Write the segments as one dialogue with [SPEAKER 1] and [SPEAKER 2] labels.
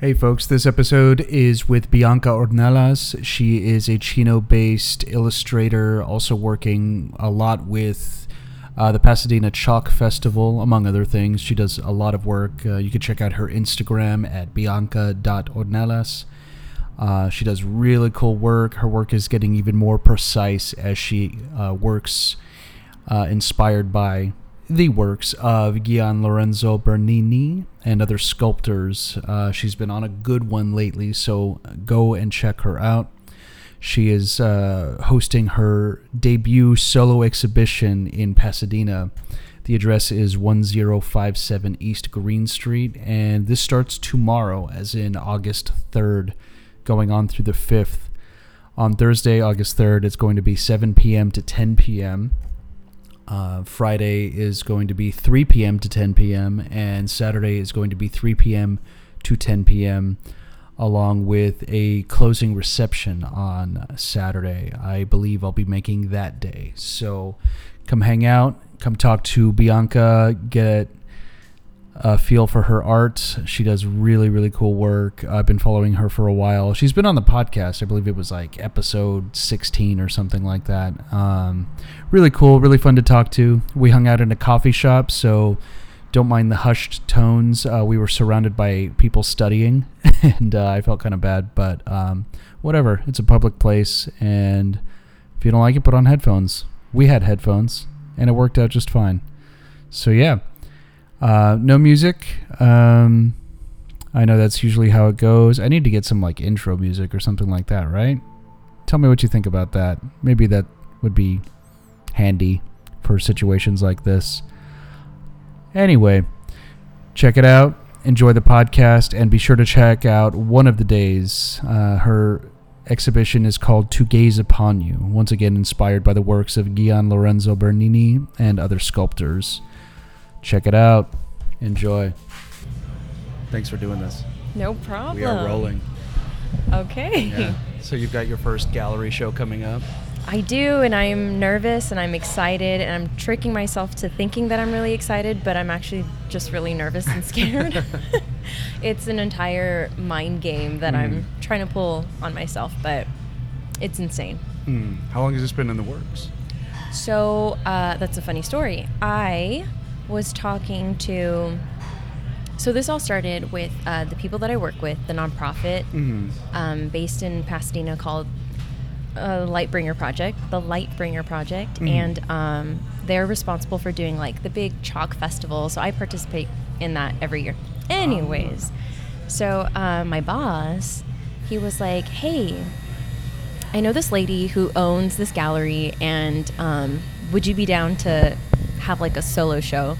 [SPEAKER 1] Hey folks, this episode is with Bianca Ornelas. She is a Chino based illustrator, also working a lot with uh, the Pasadena Chalk Festival, among other things. She does a lot of work. Uh, you can check out her Instagram at bianca.ornelas. Uh, she does really cool work. Her work is getting even more precise as she uh, works uh, inspired by the works of Gian Lorenzo Bernini and other sculptors. Uh, she's been on a good one lately, so go and check her out. She is uh, hosting her debut solo exhibition in Pasadena. The address is 1057 East Green Street, and this starts tomorrow, as in August 3rd, going on through the 5th. On Thursday, August 3rd, it's going to be 7 p.m. to 10 p.m. Uh, Friday is going to be 3 p.m. to 10 p.m., and Saturday is going to be 3 p.m. to 10 p.m., along with a closing reception on Saturday. I believe I'll be making that day. So come hang out, come talk to Bianca, get a feel for her art. She does really, really cool work. I've been following her for a while. She's been on the podcast. I believe it was like episode 16 or something like that. Um, really cool, really fun to talk to. We hung out in a coffee shop, so don't mind the hushed tones. Uh, we were surrounded by people studying, and uh, I felt kind of bad, but um, whatever. It's a public place, and if you don't like it, put on headphones. We had headphones, and it worked out just fine. So, yeah. Uh, no music. Um, I know that's usually how it goes. I need to get some like intro music or something like that, right? Tell me what you think about that. Maybe that would be handy for situations like this. Anyway, check it out. Enjoy the podcast and be sure to check out one of the days. Uh, her exhibition is called To Gaze Upon You, once again inspired by the works of Gian Lorenzo Bernini and other sculptors. Check it out. Enjoy. Thanks for doing this.
[SPEAKER 2] No problem.
[SPEAKER 1] We are rolling.
[SPEAKER 2] Okay.
[SPEAKER 1] Yeah. So you've got your first gallery show coming up.
[SPEAKER 2] I do, and I'm nervous and I'm excited, and I'm tricking myself to thinking that I'm really excited, but I'm actually just really nervous and scared. it's an entire mind game that I'm
[SPEAKER 1] Mm.
[SPEAKER 2] trying to pull on myself, but it's insane.
[SPEAKER 1] Hmm. How long has this been in the works?
[SPEAKER 2] So uh, that's a funny story. I was talking to. So this all started with uh, the people that I work with, the nonprofit
[SPEAKER 1] Mm.
[SPEAKER 2] um, based in Pasadena called uh, Lightbringer Project, the Lightbringer Project, and um, they're responsible for doing like the big chalk festival. So I participate in that every year. Anyways, so uh, my boss, he was like, "Hey, I know this lady who owns this gallery, and um, would you be down to have like a solo show?"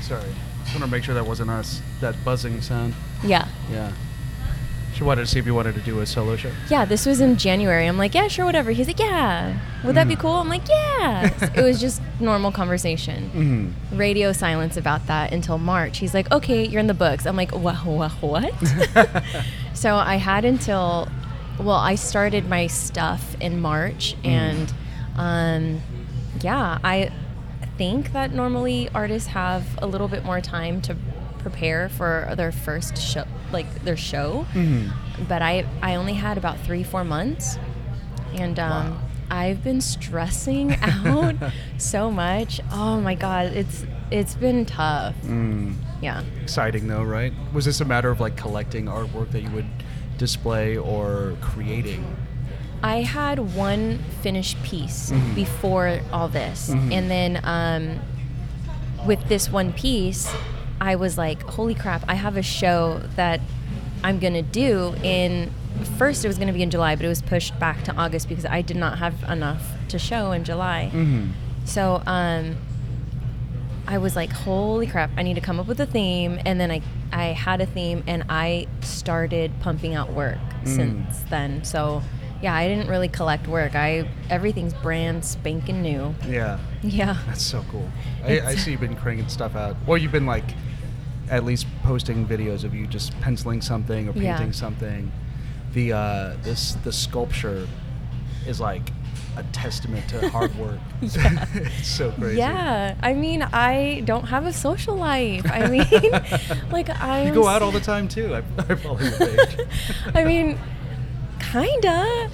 [SPEAKER 1] Sorry. Just want to make sure that wasn't us. That buzzing sound.
[SPEAKER 2] Yeah.
[SPEAKER 1] Yeah. She wanted to see if you wanted to do a solo show.
[SPEAKER 2] Yeah, this was in January. I'm like, yeah, sure, whatever. He's like, yeah, would that be cool? I'm like, yeah. it was just normal conversation.
[SPEAKER 1] Mm.
[SPEAKER 2] Radio silence about that until March. He's like, okay, you're in the books. I'm like, what? what, what? so I had until, well, I started my stuff in March, and um, yeah, I think that normally artists have a little bit more time to prepare for their first show, like their show
[SPEAKER 1] Mm.
[SPEAKER 2] but I I only had about three four months, and um, I've been stressing out so much. Oh my god, it's it's been tough.
[SPEAKER 1] Mm.
[SPEAKER 2] Yeah.
[SPEAKER 1] Exciting though, right? Was this a matter of like collecting artwork that you would display or creating?
[SPEAKER 2] I had one finished piece before all this, and then um, with this one piece, I was like, "Holy crap! I have a show that I'm gonna do in." First, it was gonna be in July, but it was pushed back to August because I did not have enough to show in July.
[SPEAKER 1] Mm.
[SPEAKER 2] So um, I was like, holy crap, I need to come up with a theme. And then I, I had a theme and I started pumping out work
[SPEAKER 1] Mm.
[SPEAKER 2] since then. So yeah, I didn't really collect work. I everything's brand spanking new.
[SPEAKER 1] Yeah.
[SPEAKER 2] Yeah.
[SPEAKER 1] That's so cool. I, I
[SPEAKER 2] It's-
[SPEAKER 1] see you've been cranking stuff out. Well, you've been like at least posting videos of you just penciling something or
[SPEAKER 2] Yeah.
[SPEAKER 1] painting something. The uh, this the sculpture is like a testament to hard work.
[SPEAKER 2] Yeah.
[SPEAKER 1] it's so crazy.
[SPEAKER 2] Yeah, I mean, I don't have a social life. I mean, like I
[SPEAKER 1] You go out all the time too. I, I follow your page.
[SPEAKER 2] I mean, kinda.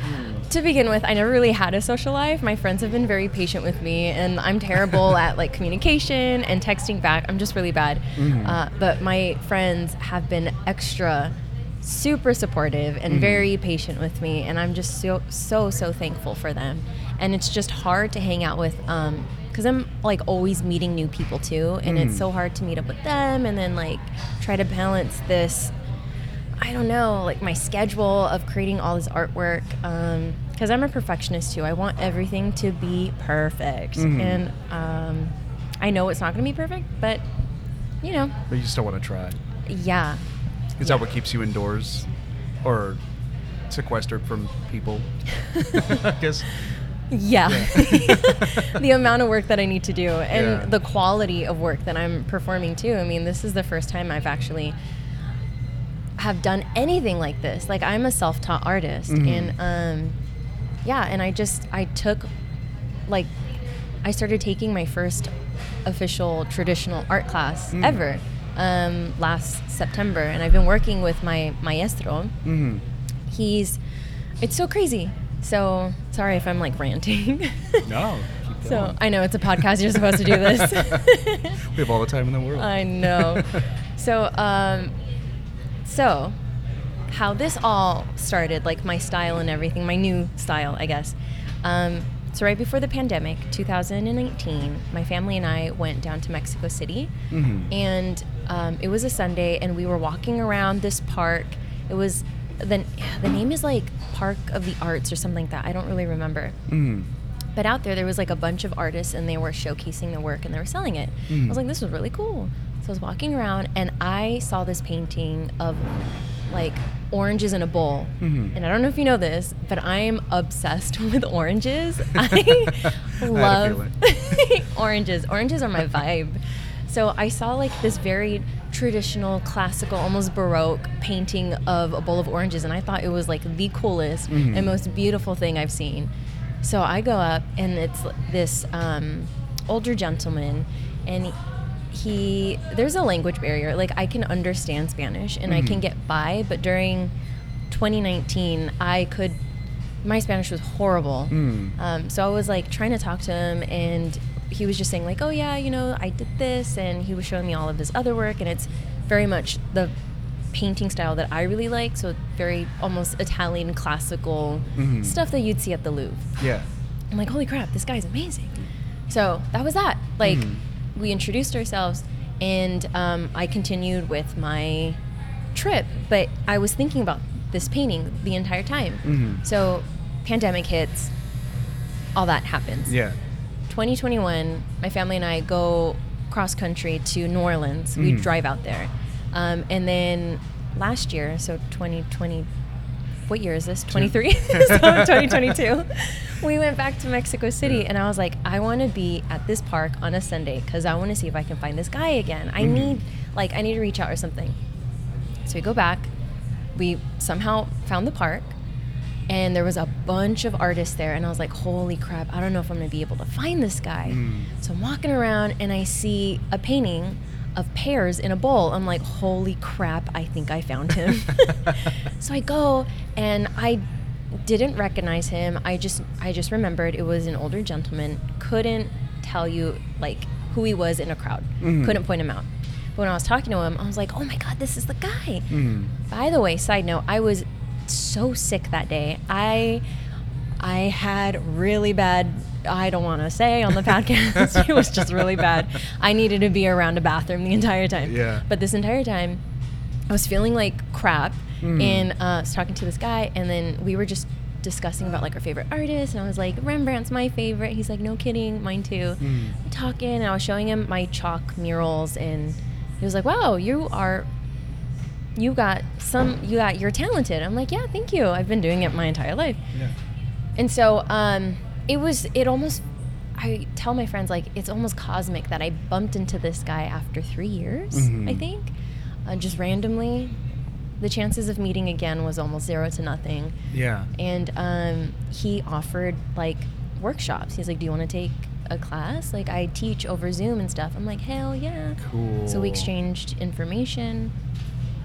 [SPEAKER 2] To begin with, I never really had a social life. My friends have been very patient with me, and I'm terrible at like communication and texting back. I'm just really bad.
[SPEAKER 1] Mhm.
[SPEAKER 2] Uh, but my friends have been extra, super supportive and
[SPEAKER 1] Mhm.
[SPEAKER 2] very patient with me, and I'm just so so so thankful for them. And it's just hard to hang out with. Um, Cause I'm like always meeting new people too, and
[SPEAKER 1] Mhm.
[SPEAKER 2] it's so hard to meet up with them, and then like try to balance this I don't know, like my schedule of creating all this artwork. Because I'm a perfectionist too. I want everything to be perfect.
[SPEAKER 1] Mhm.
[SPEAKER 2] And um, I know it's not going to be perfect, but you know,
[SPEAKER 1] but you still want to try. Is
[SPEAKER 2] yeah.
[SPEAKER 1] that what keeps you indoors, or sequestered from people? I guess.
[SPEAKER 2] Yeah.
[SPEAKER 1] Yeah.
[SPEAKER 2] the amount of work that I need to do and
[SPEAKER 1] Yeah.
[SPEAKER 2] the quality of work that I'm performing too. I mean, this is the first time I've actually have done anything like this. Like I'm a self-taught artist
[SPEAKER 1] Mhm.
[SPEAKER 2] and um yeah, and I just I took like I started taking my first official traditional art class
[SPEAKER 1] Mm.
[SPEAKER 2] ever um last September and I've been working with my maestro
[SPEAKER 1] Mm-hmm.
[SPEAKER 2] he's it's so crazy so sorry if i'm like ranting
[SPEAKER 1] No. keep
[SPEAKER 2] so
[SPEAKER 1] going.
[SPEAKER 2] i know it's a podcast you're supposed to do this
[SPEAKER 1] we have all the time in the world.
[SPEAKER 2] I know. so, um, so how this all started, like my style and everything, my new style, I guess. Um, so right before the pandemic, 2019, my family and I went down to Mexico City,
[SPEAKER 1] Mhm.
[SPEAKER 2] and um, it was a Sunday, and we were walking around this park. It was the the name is like Park of the Arts or something like that. I don't really remember.
[SPEAKER 1] Mm.
[SPEAKER 2] But out there, there was like a bunch of artists and they were showcasing their work and they were selling it.
[SPEAKER 1] Mm.
[SPEAKER 2] I was like, this was really cool. So I was walking around and I saw this painting of like oranges in a bowl.
[SPEAKER 1] Mhm.
[SPEAKER 2] And I don't know if you know this, but I'm obsessed with oranges. I
[SPEAKER 1] I had a
[SPEAKER 2] love oranges. Oranges are my vibe. So I saw like this very traditional, classical, almost baroque painting of a bowl of oranges, and I thought it was like the coolest
[SPEAKER 1] Mhm.
[SPEAKER 2] and most beautiful thing I've seen. So I go up, and it's this um, older gentleman, and he there's a language barrier. Like I can understand Spanish and
[SPEAKER 1] Mhm.
[SPEAKER 2] I can get by, but during 2019, I could. My Spanish was horrible.
[SPEAKER 1] Mm.
[SPEAKER 2] Um, so I was like trying to talk to him, and he was just saying like, "Oh yeah, you know, I did this," and he was showing me all of his other work, and it's very much the painting style that I really like. So very almost Italian classical
[SPEAKER 1] Mhm.
[SPEAKER 2] stuff that you'd see at the Louvre.
[SPEAKER 1] Yeah.
[SPEAKER 2] I'm like, "Holy crap, this guy's amazing!" So that was that. Like,
[SPEAKER 1] Mhm.
[SPEAKER 2] we introduced ourselves, and um, I continued with my trip, but I was thinking about this painting the entire time.
[SPEAKER 1] Mhm.
[SPEAKER 2] So, pandemic hits, all that happens.
[SPEAKER 1] Yeah.
[SPEAKER 2] 2021, my family and I go cross country to New Orleans. We
[SPEAKER 1] Mhm.
[SPEAKER 2] drive out there. Um, and then last year, so 2020, what year is this? 23? so 2022. We went back to Mexico City
[SPEAKER 1] Yeah.
[SPEAKER 2] and I was like, I want to be at this park on a Sunday because I want to see if I can find this guy again. I
[SPEAKER 1] Mhm.
[SPEAKER 2] need, like, I need to reach out or something. So we go back. We somehow found the park, and there was a bunch of artists there. And I was like, "Holy crap! I don't know if I'm gonna be able to find this guy."
[SPEAKER 1] Mm.
[SPEAKER 2] So I'm walking around, and I see a painting of pears in a bowl. I'm like, "Holy crap! I think I found him." so I go, and I didn't recognize him. I just, I just remembered it was an older gentleman. Couldn't tell you like who he was in a crowd.
[SPEAKER 1] Mhm.
[SPEAKER 2] Couldn't point him out. But when I was talking to him, I was like, "Oh my god, this is the guy."
[SPEAKER 1] Mm.
[SPEAKER 2] By the way, side note, I was so sick that day. I I had really bad I don't want to say on the podcast. it was just really bad. I needed to be around a bathroom the entire time.
[SPEAKER 1] Yeah.
[SPEAKER 2] But this entire time I was feeling like crap
[SPEAKER 1] Mm.
[SPEAKER 2] and uh, I was talking to this guy and then we were just discussing about like our favorite artists and I was like Rembrandt's my favorite. He's like no kidding, mine too
[SPEAKER 1] Mm.
[SPEAKER 2] talking and I was showing him my chalk murals and he was like, "Wow, you are you got some you got you're talented." I'm like, "Yeah, thank you. I've been doing it my entire life."
[SPEAKER 1] Yeah.
[SPEAKER 2] And so um it was it almost I tell my friends like it's almost cosmic that I bumped into this guy after 3 years,
[SPEAKER 1] Mhm.
[SPEAKER 2] I think. Uh, just randomly the chances of meeting again was almost zero to nothing
[SPEAKER 1] Yeah.
[SPEAKER 2] and um, he offered like workshops. He's like, "Do you want to take a class?" Like I teach over Zoom and stuff. I'm like, "Hell yeah!"
[SPEAKER 1] Cool.
[SPEAKER 2] So we exchanged information,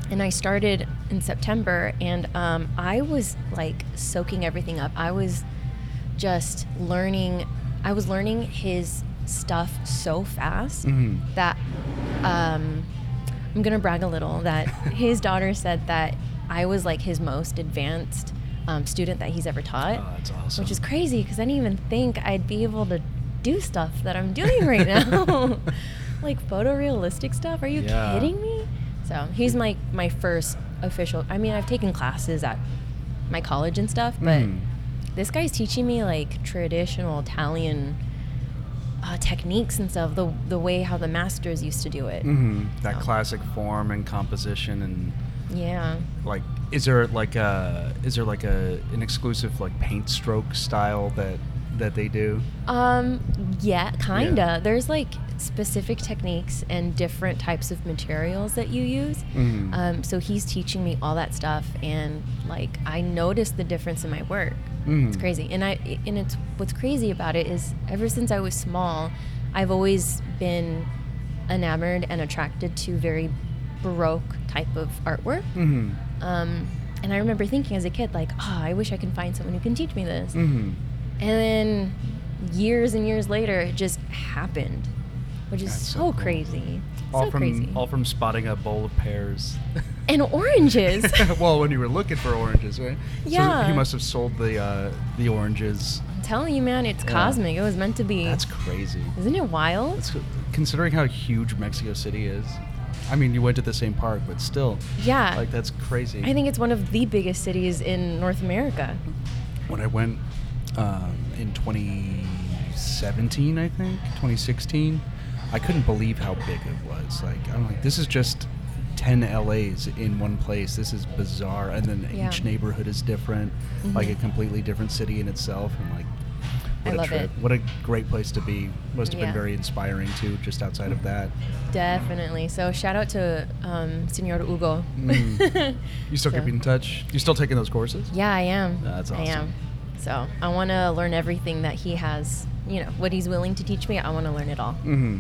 [SPEAKER 2] and I started in September, and um, I was like soaking everything up. I was just learning. I was learning his stuff so fast
[SPEAKER 1] Mhm.
[SPEAKER 2] that um, I'm gonna brag a little that his daughter said that I was like his most advanced um, student that he's ever taught
[SPEAKER 1] Oh, that's awesome.
[SPEAKER 2] which is crazy because I didn't even think I'd be able to do stuff that I'm doing right now, like photorealistic stuff. Are you
[SPEAKER 1] Yeah.
[SPEAKER 2] kidding me? So he's my my first official. I mean, I've taken classes at my college and stuff, but
[SPEAKER 1] Mm.
[SPEAKER 2] this guy's teaching me like traditional Italian uh, techniques and stuff. The the way how the masters used to do it.
[SPEAKER 1] Mhm. That
[SPEAKER 2] So.
[SPEAKER 1] classic form and composition and
[SPEAKER 2] Yeah.
[SPEAKER 1] like is there like a is there like a an exclusive like paint stroke style that that they do?
[SPEAKER 2] Um, yeah, kinda.
[SPEAKER 1] Yeah.
[SPEAKER 2] There's like specific techniques and different types of materials that you use.
[SPEAKER 1] Mhm.
[SPEAKER 2] Um, so he's teaching me all that stuff, and like I noticed the difference in my work. It's
[SPEAKER 1] Mhm.
[SPEAKER 2] crazy, and I and it's what's crazy about it is ever since I was small, I've always been enamored and attracted to very baroque type of artwork.
[SPEAKER 1] Mhm.
[SPEAKER 2] Um, and I remember thinking as a kid, like, oh, I wish I can find someone who can teach me this.
[SPEAKER 1] Mhm.
[SPEAKER 2] And then years and years later, it just happened, which is
[SPEAKER 1] That's so
[SPEAKER 2] so,
[SPEAKER 1] cool.
[SPEAKER 2] crazy.
[SPEAKER 1] All
[SPEAKER 2] so
[SPEAKER 1] from
[SPEAKER 2] crazy.
[SPEAKER 1] all from spotting a bowl of pears.
[SPEAKER 2] and oranges.
[SPEAKER 1] well, when you were looking for oranges, right? So he
[SPEAKER 2] Yeah.
[SPEAKER 1] must have sold the uh, the oranges.
[SPEAKER 2] I'm telling you, man, it's
[SPEAKER 1] Yeah.
[SPEAKER 2] cosmic. It was meant to be.
[SPEAKER 1] That's crazy.
[SPEAKER 2] Isn't it wild?
[SPEAKER 1] That's considering how huge Mexico City is. I mean, you went to the same park, but still,
[SPEAKER 2] yeah.
[SPEAKER 1] like that's crazy.
[SPEAKER 2] I think it's one of the biggest cities in North America.
[SPEAKER 1] when I went um, in 2017, I think 2016, I couldn't believe how big it was. Like I'm like, this is just 10 LAs in one place. This is bizarre. And then
[SPEAKER 2] Yeah.
[SPEAKER 1] each neighborhood is different, like a
[SPEAKER 2] Mhm.
[SPEAKER 1] completely different city in itself. And like,
[SPEAKER 2] I
[SPEAKER 1] what a
[SPEAKER 2] love
[SPEAKER 1] trip!
[SPEAKER 2] it.
[SPEAKER 1] What a great place to be. Must have been
[SPEAKER 2] Yeah.
[SPEAKER 1] very inspiring too. Just outside of that,
[SPEAKER 2] Definitely. So shout out to um, Senor Hugo.
[SPEAKER 1] Mm. you still
[SPEAKER 2] So-
[SPEAKER 1] keep in touch. You still taking those courses?
[SPEAKER 2] Yeah, I am.
[SPEAKER 1] That's
[SPEAKER 2] I am. So I want to learn everything that he has, you know, what he's willing to teach me. I want to learn it all.
[SPEAKER 1] hmm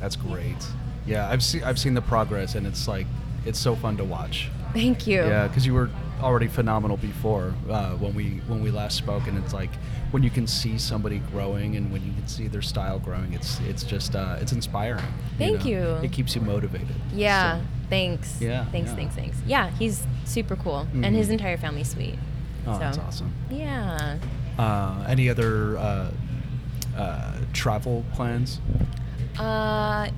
[SPEAKER 1] That's great. Yeah, I've seen I've seen the progress, and it's like it's so fun to watch.
[SPEAKER 2] Thank you.
[SPEAKER 1] Yeah, because you were already phenomenal before uh, when we when we last spoke, and it's like when you can see somebody growing and when you can see their style growing, it's it's just uh, it's inspiring.
[SPEAKER 2] Thank you.
[SPEAKER 1] It keeps you motivated.
[SPEAKER 2] Yeah.
[SPEAKER 1] So-
[SPEAKER 2] Thanks.
[SPEAKER 1] Yeah,
[SPEAKER 2] Thanks.
[SPEAKER 1] yeah.
[SPEAKER 2] Thanks. Thanks. Yeah, he's super cool, and his
[SPEAKER 1] Mhm.
[SPEAKER 2] entire family's sweet.
[SPEAKER 1] oh,
[SPEAKER 2] so.
[SPEAKER 1] that's awesome.
[SPEAKER 2] Yeah.
[SPEAKER 1] Uh, any other uh, uh, travel plans?
[SPEAKER 2] Uh,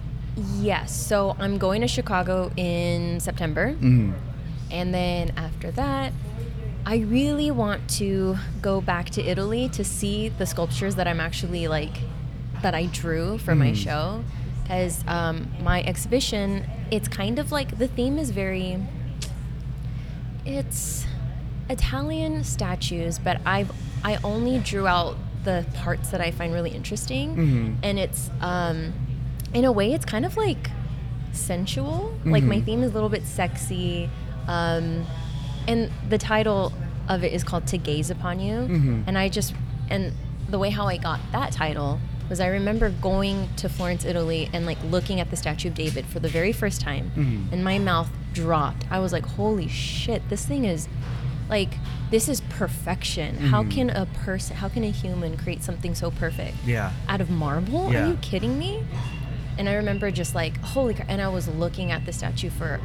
[SPEAKER 2] yes. So I'm going to Chicago in September,
[SPEAKER 1] Mm.
[SPEAKER 2] and then after that, I really want to go back to Italy to see the sculptures that I'm actually like that I drew for my
[SPEAKER 1] Mm.
[SPEAKER 2] show, because um, my exhibition. It's kind of like the theme is very It's Italian statues, but I've I only drew out the parts that I find really interesting,
[SPEAKER 1] Mhm.
[SPEAKER 2] and it's um, in a way it's kind of like sensual. Like my
[SPEAKER 1] Mhm.
[SPEAKER 2] theme is a little bit sexy, um, and the title of it is called "To Gaze Upon You,"
[SPEAKER 1] Mhm.
[SPEAKER 2] and I just and the way how I got that title was I remember going to Florence, Italy, and like looking at the Statue of David for the very first time,
[SPEAKER 1] Mhm.
[SPEAKER 2] and my mouth dropped. I was like, "Holy shit! This thing is like this is perfection. How
[SPEAKER 1] Mhm.
[SPEAKER 2] can a person, how can a human create something so perfect
[SPEAKER 1] Yeah.
[SPEAKER 2] out of marble?
[SPEAKER 1] Yeah.
[SPEAKER 2] Are you kidding me?" And I remember just like, "Holy!" Cr-, and I was looking at the statue for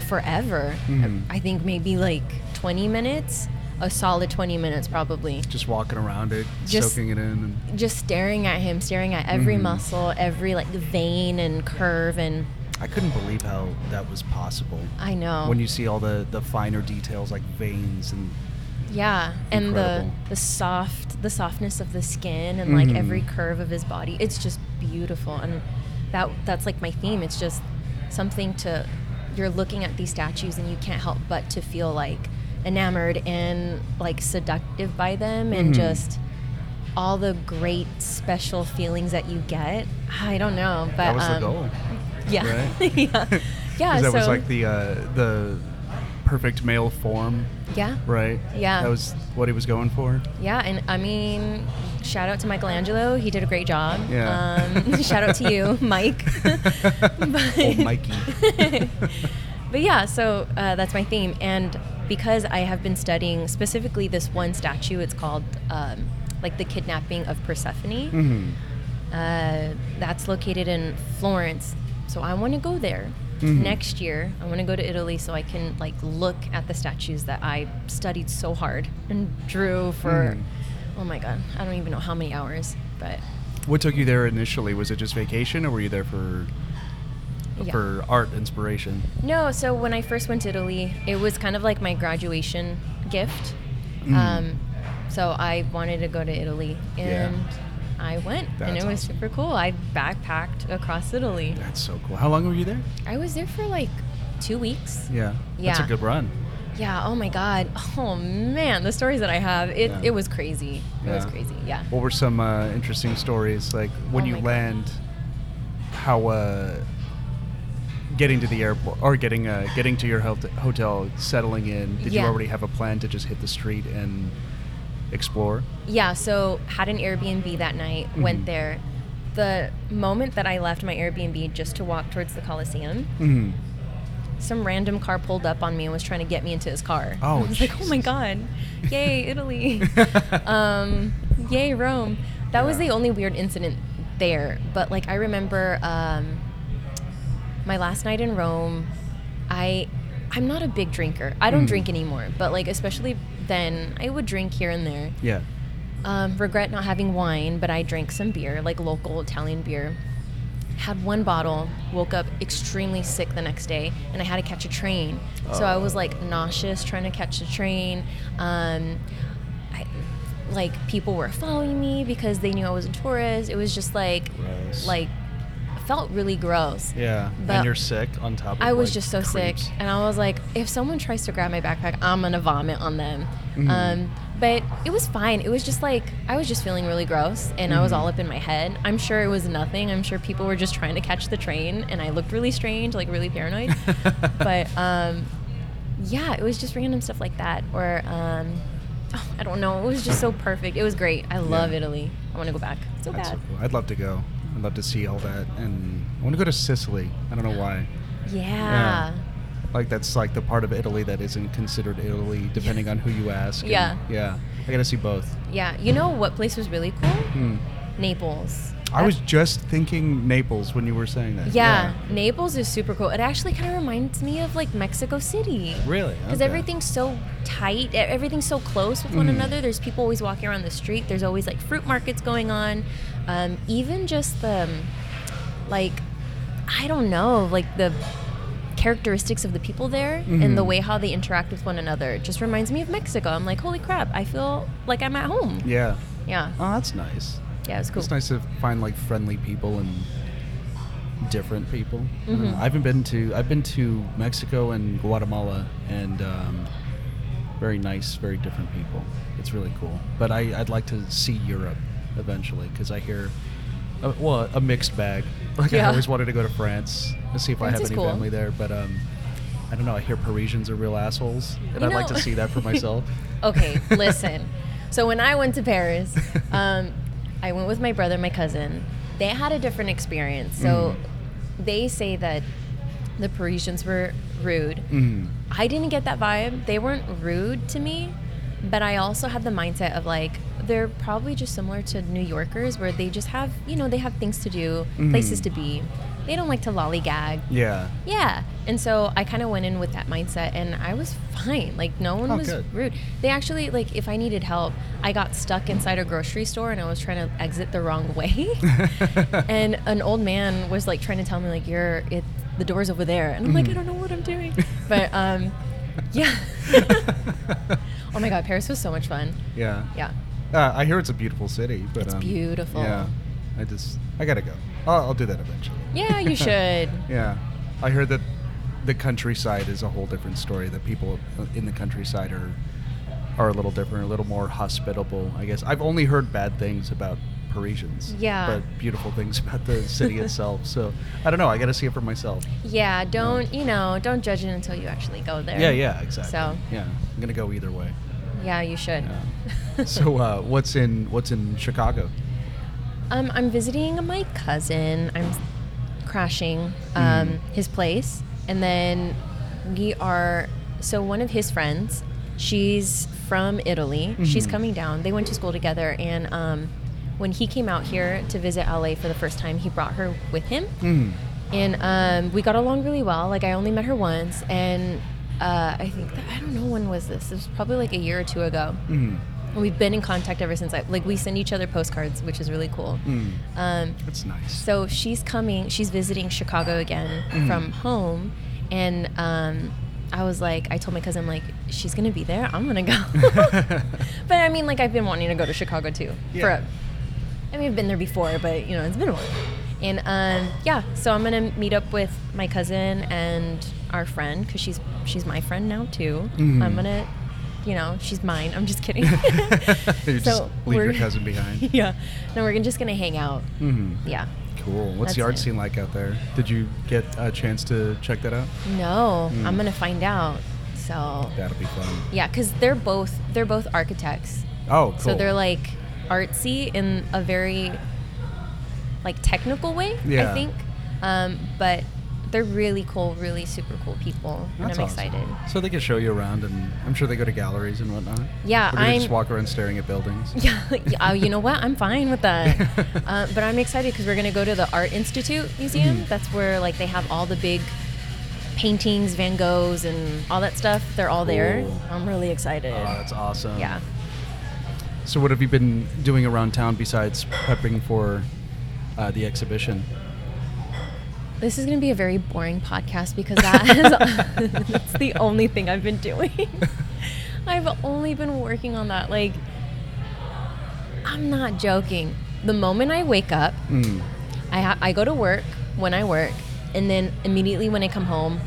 [SPEAKER 2] forever.
[SPEAKER 1] Mhm.
[SPEAKER 2] I think maybe like 20 minutes, a solid 20 minutes probably
[SPEAKER 1] Just walking around it,
[SPEAKER 2] Just-
[SPEAKER 1] soaking it in. And,
[SPEAKER 2] just staring at him, staring at every
[SPEAKER 1] Mhm.
[SPEAKER 2] muscle, every like vein and curve, and
[SPEAKER 1] I couldn't believe how that was possible.
[SPEAKER 2] I know.
[SPEAKER 1] When you see all the, the finer details like veins and
[SPEAKER 2] yeah, and the
[SPEAKER 1] Incredible.
[SPEAKER 2] the soft, the softness of the skin, and
[SPEAKER 1] Mhm.
[SPEAKER 2] like every curve of his body, it's just beautiful, and that that's like my theme. It's just something to you're looking at these statues, and you can't help but to feel like enamored and like seductive by them,
[SPEAKER 1] Mhm.
[SPEAKER 2] and just all the great special feelings that you get. I don't know, but
[SPEAKER 1] that was
[SPEAKER 2] um,
[SPEAKER 1] the goal.
[SPEAKER 2] Yeah.
[SPEAKER 1] Right?
[SPEAKER 2] yeah. Yeah.
[SPEAKER 1] 'Cause that
[SPEAKER 2] so
[SPEAKER 1] was like the uh, the perfect male form,
[SPEAKER 2] Yeah.
[SPEAKER 1] right?
[SPEAKER 2] Yeah.
[SPEAKER 1] That was what he was going for.
[SPEAKER 2] Yeah, and I mean, shout out to Michelangelo. He did a great job.
[SPEAKER 1] Yeah.
[SPEAKER 2] Um, shout out to you, Mike. but,
[SPEAKER 1] Old Mikey.
[SPEAKER 2] but yeah, so uh, that's my theme. And because I have been studying specifically this one statue, it's called um, like the kidnapping of Persephone.
[SPEAKER 1] Mhm.
[SPEAKER 2] Uh, that's located in Florence. So I want to go there
[SPEAKER 1] Mhm.
[SPEAKER 2] next year. I want to go to Italy so I can like look at the statues that I studied so hard and drew for.
[SPEAKER 1] Mhm.
[SPEAKER 2] Oh my god, I don't even know how many hours, but
[SPEAKER 1] What took you there initially? Was it just vacation, or were you there for
[SPEAKER 2] Yeah.
[SPEAKER 1] for art inspiration?
[SPEAKER 2] No, so when I first went to Italy, it was kind of like my graduation gift.
[SPEAKER 1] Mm.
[SPEAKER 2] Um, so I wanted to go to Italy,
[SPEAKER 1] Yeah.
[SPEAKER 2] and I went, and
[SPEAKER 1] That's
[SPEAKER 2] it was
[SPEAKER 1] awesome.
[SPEAKER 2] super cool. I backpacked across Italy.
[SPEAKER 1] That's so cool. How long were you there?
[SPEAKER 2] I was there for like two weeks.
[SPEAKER 1] Yeah. That's a
[SPEAKER 2] Yeah.
[SPEAKER 1] good run.
[SPEAKER 2] Yeah. Oh my God. Oh man, the stories that I have, it,
[SPEAKER 1] Yeah.
[SPEAKER 2] it was crazy. It was
[SPEAKER 1] Yeah.
[SPEAKER 2] crazy. Yeah.
[SPEAKER 1] What were some uh, interesting stories? Like when
[SPEAKER 2] Oh
[SPEAKER 1] you
[SPEAKER 2] my God.
[SPEAKER 1] land, how uh, getting to the airport or getting uh, getting to your hot- hotel, settling in. Did you
[SPEAKER 2] Yeah.
[SPEAKER 1] already have a plan to just hit the street and explore?
[SPEAKER 2] Yeah, so had an Airbnb that night,
[SPEAKER 1] Mhm.
[SPEAKER 2] went there. The moment that I left my Airbnb just to walk towards the Coliseum,
[SPEAKER 1] Mm.
[SPEAKER 2] some random car pulled up on me and was trying to get me into his car.
[SPEAKER 1] Oh,
[SPEAKER 2] I was like, oh my
[SPEAKER 1] Jesus.
[SPEAKER 2] god, yay Italy, um, yay Rome. That was
[SPEAKER 1] Yeah.
[SPEAKER 2] the only weird incident there. But like I remember um, my last night in Rome. I I'm not a big drinker. I don't
[SPEAKER 1] Mhm.
[SPEAKER 2] drink anymore. But like especially then, I would drink here and there.
[SPEAKER 1] Yeah.
[SPEAKER 2] Um, regret not having wine, but I drank some beer, like local Italian beer. Had one bottle, woke up extremely sick the next day, and I had to catch a train. So I was like nauseous trying to catch the train. Um, I, like people were following me because they knew I was a tourist. It was just like,
[SPEAKER 1] Gross.
[SPEAKER 2] like, felt really gross.
[SPEAKER 1] Yeah.
[SPEAKER 2] But-
[SPEAKER 1] and you're sick on top. of
[SPEAKER 2] I was
[SPEAKER 1] like,
[SPEAKER 2] just so
[SPEAKER 1] creeps.
[SPEAKER 2] sick, and I was like, if someone tries to grab my backpack, I'm gonna vomit on them.
[SPEAKER 1] Mhm.
[SPEAKER 2] Um, but it was fine. It was just like I was just feeling really gross, and I was
[SPEAKER 1] Mhm.
[SPEAKER 2] all up in my head. I'm sure it was nothing. I'm sure people were just trying to catch the train, and I looked really strange, like really paranoid. but um, yeah, it was just random stuff like that, or um, oh, I don't know. It was just so perfect. It was great. I love
[SPEAKER 1] Yeah.
[SPEAKER 2] Italy. I want to go back so
[SPEAKER 1] That's so
[SPEAKER 2] bad.
[SPEAKER 1] cool. I'd love to go. I'd love to see all that, and I want to go to Sicily. I don't know why.
[SPEAKER 2] Yeah.
[SPEAKER 1] Like that's like the part of Italy that isn't considered Italy, depending on who you ask. and-
[SPEAKER 2] Yeah.
[SPEAKER 1] yeah. I gotta see both.
[SPEAKER 2] yeah, You know what place was really cool?
[SPEAKER 1] Hmm.
[SPEAKER 2] Naples.
[SPEAKER 1] I
[SPEAKER 2] That-
[SPEAKER 1] was just thinking Naples when you were saying that.
[SPEAKER 2] Yeah, Naples is super cool. It actually kind of reminds me of like Mexico City.
[SPEAKER 1] Really?
[SPEAKER 2] Because
[SPEAKER 1] Okay.
[SPEAKER 2] everything's so tight, e- everything's so close with one
[SPEAKER 1] Mhm.
[SPEAKER 2] another. There's people always walking around the street. There's always like fruit markets going on. Um, even just the, um, like, I don't know, like the characteristics of the people there
[SPEAKER 1] Mhm.
[SPEAKER 2] and the way how they interact with one another just reminds me of Mexico. I'm like, holy crap, I feel like I'm at home. Yeah,
[SPEAKER 1] Yeah.
[SPEAKER 2] yeah,
[SPEAKER 1] Oh, that's nice.
[SPEAKER 2] it was cool.
[SPEAKER 1] It's nice to find like friendly people and different people. I don't
[SPEAKER 2] Mhm.
[SPEAKER 1] know. I haven't been to I've been to Mexico and Guatemala and um, very nice, very different people. It's really cool. But I, I'd like to see Europe eventually because I hear uh, well a mixed bag. Like I
[SPEAKER 2] Yeah.
[SPEAKER 1] always wanted to go to France and see if I
[SPEAKER 2] France
[SPEAKER 1] have
[SPEAKER 2] is
[SPEAKER 1] any
[SPEAKER 2] cool.
[SPEAKER 1] family there, but um, I don't know. I hear Parisians are real assholes, and
[SPEAKER 2] You
[SPEAKER 1] I'd like
[SPEAKER 2] know-
[SPEAKER 1] to see that for myself.
[SPEAKER 2] Okay, listen. So when I went to Paris, um, I went with my brother, and my cousin. They had a different experience. So
[SPEAKER 1] Mm.
[SPEAKER 2] they say that the Parisians were rude.
[SPEAKER 1] Mm.
[SPEAKER 2] I didn't get that vibe. They weren't rude to me, but I also had the mindset of like they're probably just similar to New Yorkers, where they just have you know they have things to do, places
[SPEAKER 1] Mhm.
[SPEAKER 2] to be. They don't like to lollygag.
[SPEAKER 1] Yeah.
[SPEAKER 2] Yeah. And so I kind of went in with that mindset and I was fine. Like, no one
[SPEAKER 1] Oh,
[SPEAKER 2] was
[SPEAKER 1] good.
[SPEAKER 2] rude. They actually, like, if I needed help, I got stuck inside a grocery store and I was trying to exit the wrong way. and uh, an old man was, like, trying to tell me, like, you're, it, the door's over there. And I'm like,
[SPEAKER 1] Mm-hmm.
[SPEAKER 2] I don't know what I'm doing. But, um, yeah. oh my God, Paris was so much fun.
[SPEAKER 1] yeah.
[SPEAKER 2] Yeah.
[SPEAKER 1] Uh, I hear it's a beautiful city, but
[SPEAKER 2] It's
[SPEAKER 1] um,
[SPEAKER 2] beautiful.
[SPEAKER 1] Yeah, I just I gotta go. I'll, I'll do that eventually.
[SPEAKER 2] Yeah, you should.
[SPEAKER 1] yeah, I heard that the countryside is a whole different story. That people in the countryside are are a little different, a little more hospitable. I guess I've only heard bad things about Parisians.
[SPEAKER 2] Yeah.
[SPEAKER 1] But beautiful things about the city itself. So I don't know. I got to see it for myself.
[SPEAKER 2] Yeah, don't you know? Don't judge it until you actually go there.
[SPEAKER 1] Yeah, yeah, exactly.
[SPEAKER 2] So
[SPEAKER 1] yeah, I'm gonna go either way.
[SPEAKER 2] yeah, you should.
[SPEAKER 1] Yeah. so uh, what's in what's in Chicago?
[SPEAKER 2] um, I'm visiting my cousin. I'm crashing um, his place, and then we are. So one of his friends, she's from Italy. She's
[SPEAKER 1] Mhm.
[SPEAKER 2] coming down. They went to school together, and um, when he came out here to visit LA for the first time, he brought her with him.
[SPEAKER 1] Mm.
[SPEAKER 2] and um, we got along really well. Like I only met her once, and uh, I think that, I don't know when was this. It was probably like a year or two ago.
[SPEAKER 1] Mm.
[SPEAKER 2] And we've been in contact ever since. I, like we send each other postcards, which is really cool.
[SPEAKER 1] Mm.
[SPEAKER 2] Um,
[SPEAKER 1] That's nice.
[SPEAKER 2] so she's coming. She's visiting Chicago again
[SPEAKER 1] Mm-hmm.
[SPEAKER 2] from home, and um, I was like, I told my cousin like she's gonna be there. I'm gonna go. but I mean, like I've been wanting to go to Chicago too. For
[SPEAKER 1] Yeah.
[SPEAKER 2] a, I mean, I've been there before, but you know, it's been a while. And um, yeah, so I'm gonna meet up with my cousin and our friend because she's she's my friend now too.
[SPEAKER 1] Mhm.
[SPEAKER 2] I'm gonna, you know, she's mine. I'm just kidding.
[SPEAKER 1] You just leave your
[SPEAKER 2] we're-
[SPEAKER 1] cousin behind.
[SPEAKER 2] yeah, no, we're gonna- just gonna hang out.
[SPEAKER 1] Mhm.
[SPEAKER 2] Yeah.
[SPEAKER 1] Cool. What's
[SPEAKER 2] That's
[SPEAKER 1] the art
[SPEAKER 2] it.
[SPEAKER 1] scene like out there? Did you get a chance to check that out?
[SPEAKER 2] No,
[SPEAKER 1] Mm.
[SPEAKER 2] I'm gonna find out. So
[SPEAKER 1] That'll be fun.
[SPEAKER 2] Oh. yeah, because they're both they're both architects,
[SPEAKER 1] Oh, cool.
[SPEAKER 2] so they're like artsy in a very like technical way.
[SPEAKER 1] Yeah.
[SPEAKER 2] I think, um, but they're really cool, really super cool people, and
[SPEAKER 1] That's
[SPEAKER 2] I'm
[SPEAKER 1] awesome.
[SPEAKER 2] excited.
[SPEAKER 1] So they can show you around, and I'm sure they go to galleries and whatnot.
[SPEAKER 2] Yeah,
[SPEAKER 1] Or do they just
[SPEAKER 2] I'm-
[SPEAKER 1] walk around staring at buildings.
[SPEAKER 2] Yeah, yeah, uh, you know what? I'm fine with that. Uh, but I'm excited because we're going to go to the Art Institute Museum.
[SPEAKER 1] Mhm.
[SPEAKER 2] That's where like they have all the big paintings, Van Goghs, and all that stuff. They're all there.
[SPEAKER 1] Cool.
[SPEAKER 2] I'm really excited.
[SPEAKER 1] Oh, that's awesome.
[SPEAKER 2] yeah.
[SPEAKER 1] So what have you been doing around town besides prepping for uh, the exhibition?
[SPEAKER 2] This is going to be a very boring podcast because that is that's the only thing I've been doing. I've only been working on that. Like, I'm not joking. The moment I wake up,
[SPEAKER 1] Mm.
[SPEAKER 2] I, ha- I go to work when I work, and then immediately when I come home,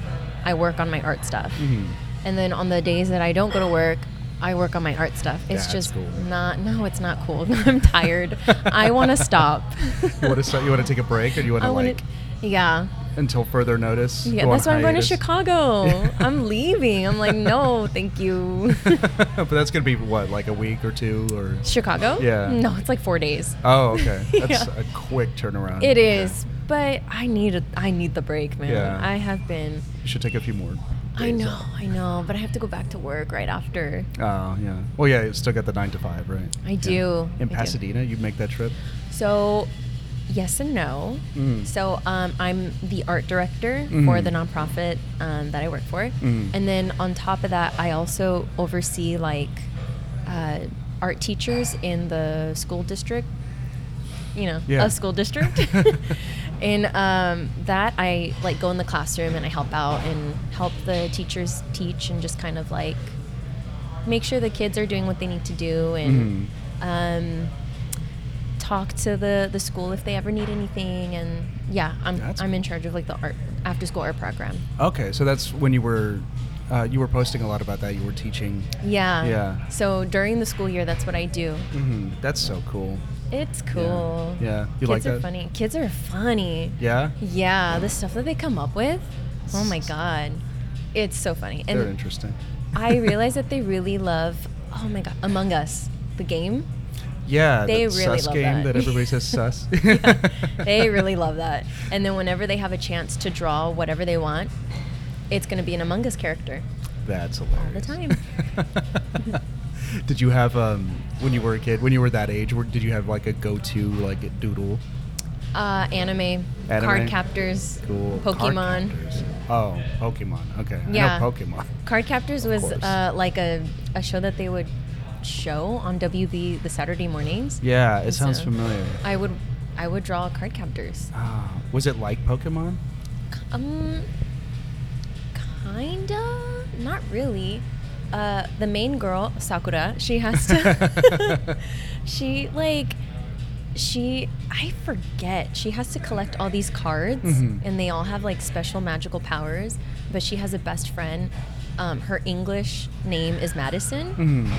[SPEAKER 2] I work on my art stuff.
[SPEAKER 1] Mhm.
[SPEAKER 2] And then on the days that I don't go to work, I work on my art stuff. It's
[SPEAKER 1] That's
[SPEAKER 2] just
[SPEAKER 1] cool.
[SPEAKER 2] not, no, it's not cool. I'm tired. I want to stop.
[SPEAKER 1] You want to you want to take a break, or you want
[SPEAKER 2] I
[SPEAKER 1] to
[SPEAKER 2] wanna-
[SPEAKER 1] like
[SPEAKER 2] yeah.
[SPEAKER 1] until further notice?
[SPEAKER 2] Yeah,
[SPEAKER 1] go on
[SPEAKER 2] that's why I'm going to
[SPEAKER 1] hiatus?
[SPEAKER 2] Chicago. I'm leaving. I'm like, no, thank you.
[SPEAKER 1] but that's gonna be what like a week or two or.
[SPEAKER 2] Chicago?
[SPEAKER 1] Yeah.
[SPEAKER 2] No, it's like four days.
[SPEAKER 1] Oh, okay. That's
[SPEAKER 2] Yeah.
[SPEAKER 1] a quick turnaround.
[SPEAKER 2] It
[SPEAKER 1] Okay.
[SPEAKER 2] is, but I need a, I need the break, man.
[SPEAKER 1] Yeah.
[SPEAKER 2] I have been.
[SPEAKER 1] You should take a few more.
[SPEAKER 2] I
[SPEAKER 1] days
[SPEAKER 2] know,
[SPEAKER 1] off.
[SPEAKER 2] I know, but I have to go back to work right after.
[SPEAKER 1] Oh yeah. Well, yeah. You still got the nine to five, right?
[SPEAKER 2] I
[SPEAKER 1] Yeah.
[SPEAKER 2] do, I
[SPEAKER 1] In
[SPEAKER 2] do.
[SPEAKER 1] Pasadena, you make that trip.
[SPEAKER 2] So, yes and no.
[SPEAKER 1] Mm.
[SPEAKER 2] So, um, I'm the art director for
[SPEAKER 1] Mhm.
[SPEAKER 2] the nonprofit um, that I work for.
[SPEAKER 1] Mm.
[SPEAKER 2] And then on top of that, I also oversee like uh, art teachers in the school district, you know,
[SPEAKER 1] Yeah.
[SPEAKER 2] a school district. and um, that I like go in the classroom and I help out and help the teachers teach and just kind of like make sure the kids are doing what they need to do
[SPEAKER 1] Mm.
[SPEAKER 2] and
[SPEAKER 1] Mm-hmm.
[SPEAKER 2] um, talk to the, the school if they ever need anything and yeah i'm,
[SPEAKER 1] That's
[SPEAKER 2] I'm in
[SPEAKER 1] cool.
[SPEAKER 2] charge of like the art after school art program
[SPEAKER 1] Okay, so that's when you were, uh, you were posting a lot about that. You were teaching.
[SPEAKER 2] yeah
[SPEAKER 1] Yeah.
[SPEAKER 2] so during the school year that's what i do
[SPEAKER 1] hmm That's so cool.
[SPEAKER 2] it's cool
[SPEAKER 1] Yeah. You
[SPEAKER 2] kids
[SPEAKER 1] like
[SPEAKER 2] are
[SPEAKER 1] that?
[SPEAKER 2] funny kids are funny
[SPEAKER 1] Yeah.
[SPEAKER 2] yeah the stuff that they come up with oh my god it's so funny and
[SPEAKER 1] They're interesting.
[SPEAKER 2] i realize that they really love oh my god among us the game
[SPEAKER 1] Yeah.
[SPEAKER 2] they
[SPEAKER 1] that
[SPEAKER 2] really
[SPEAKER 1] Uh, sus
[SPEAKER 2] love
[SPEAKER 1] game
[SPEAKER 2] that.
[SPEAKER 1] that. everybody says sus.
[SPEAKER 2] Yeah, they really love that. And then whenever they have a chance to draw whatever they want, it's going to be an Among Us character.
[SPEAKER 1] That's hilarious.
[SPEAKER 2] time.
[SPEAKER 1] did you have um, when you were a kid, when you were that age, were, did you have like a go-to like doodle?
[SPEAKER 2] Uh, anime,
[SPEAKER 1] Anime?
[SPEAKER 2] card captors,
[SPEAKER 1] Cool. Card
[SPEAKER 2] Pokemon.
[SPEAKER 1] captors. Oh, Pokemon. Okay.
[SPEAKER 2] Yeah.
[SPEAKER 1] I know Pokemon.
[SPEAKER 2] Card captors
[SPEAKER 1] Of
[SPEAKER 2] was
[SPEAKER 1] course.
[SPEAKER 2] uh, like a, a show that they would show on WB the Saturday mornings.
[SPEAKER 1] Yeah, it
[SPEAKER 2] And
[SPEAKER 1] sounds
[SPEAKER 2] so
[SPEAKER 1] familiar.
[SPEAKER 2] I would I would draw card captors.
[SPEAKER 1] Ah, was it like Pokemon?
[SPEAKER 2] Um, kinda, not really. Uh, the main girl, Sakura, she has to. she like, she I forget. She has to collect all these cards,
[SPEAKER 1] Mhm.
[SPEAKER 2] and they all have like special magical powers. But she has a best friend. Um, her English name is Madison
[SPEAKER 1] Mm.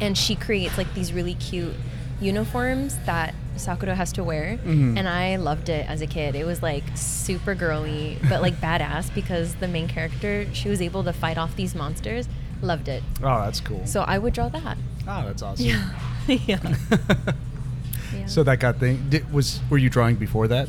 [SPEAKER 2] and she creates like these really cute uniforms that Sakura has to wear,
[SPEAKER 1] Mhm.
[SPEAKER 2] and I loved it as a kid. It was like super girly, but like badass because the main character she was able to fight off these monsters. Loved it.
[SPEAKER 1] Oh, that's cool.
[SPEAKER 2] So I would draw that.
[SPEAKER 1] oh, that's awesome.
[SPEAKER 2] Yeah, yeah. Yeah.
[SPEAKER 1] So that got thing did, was were you drawing before that?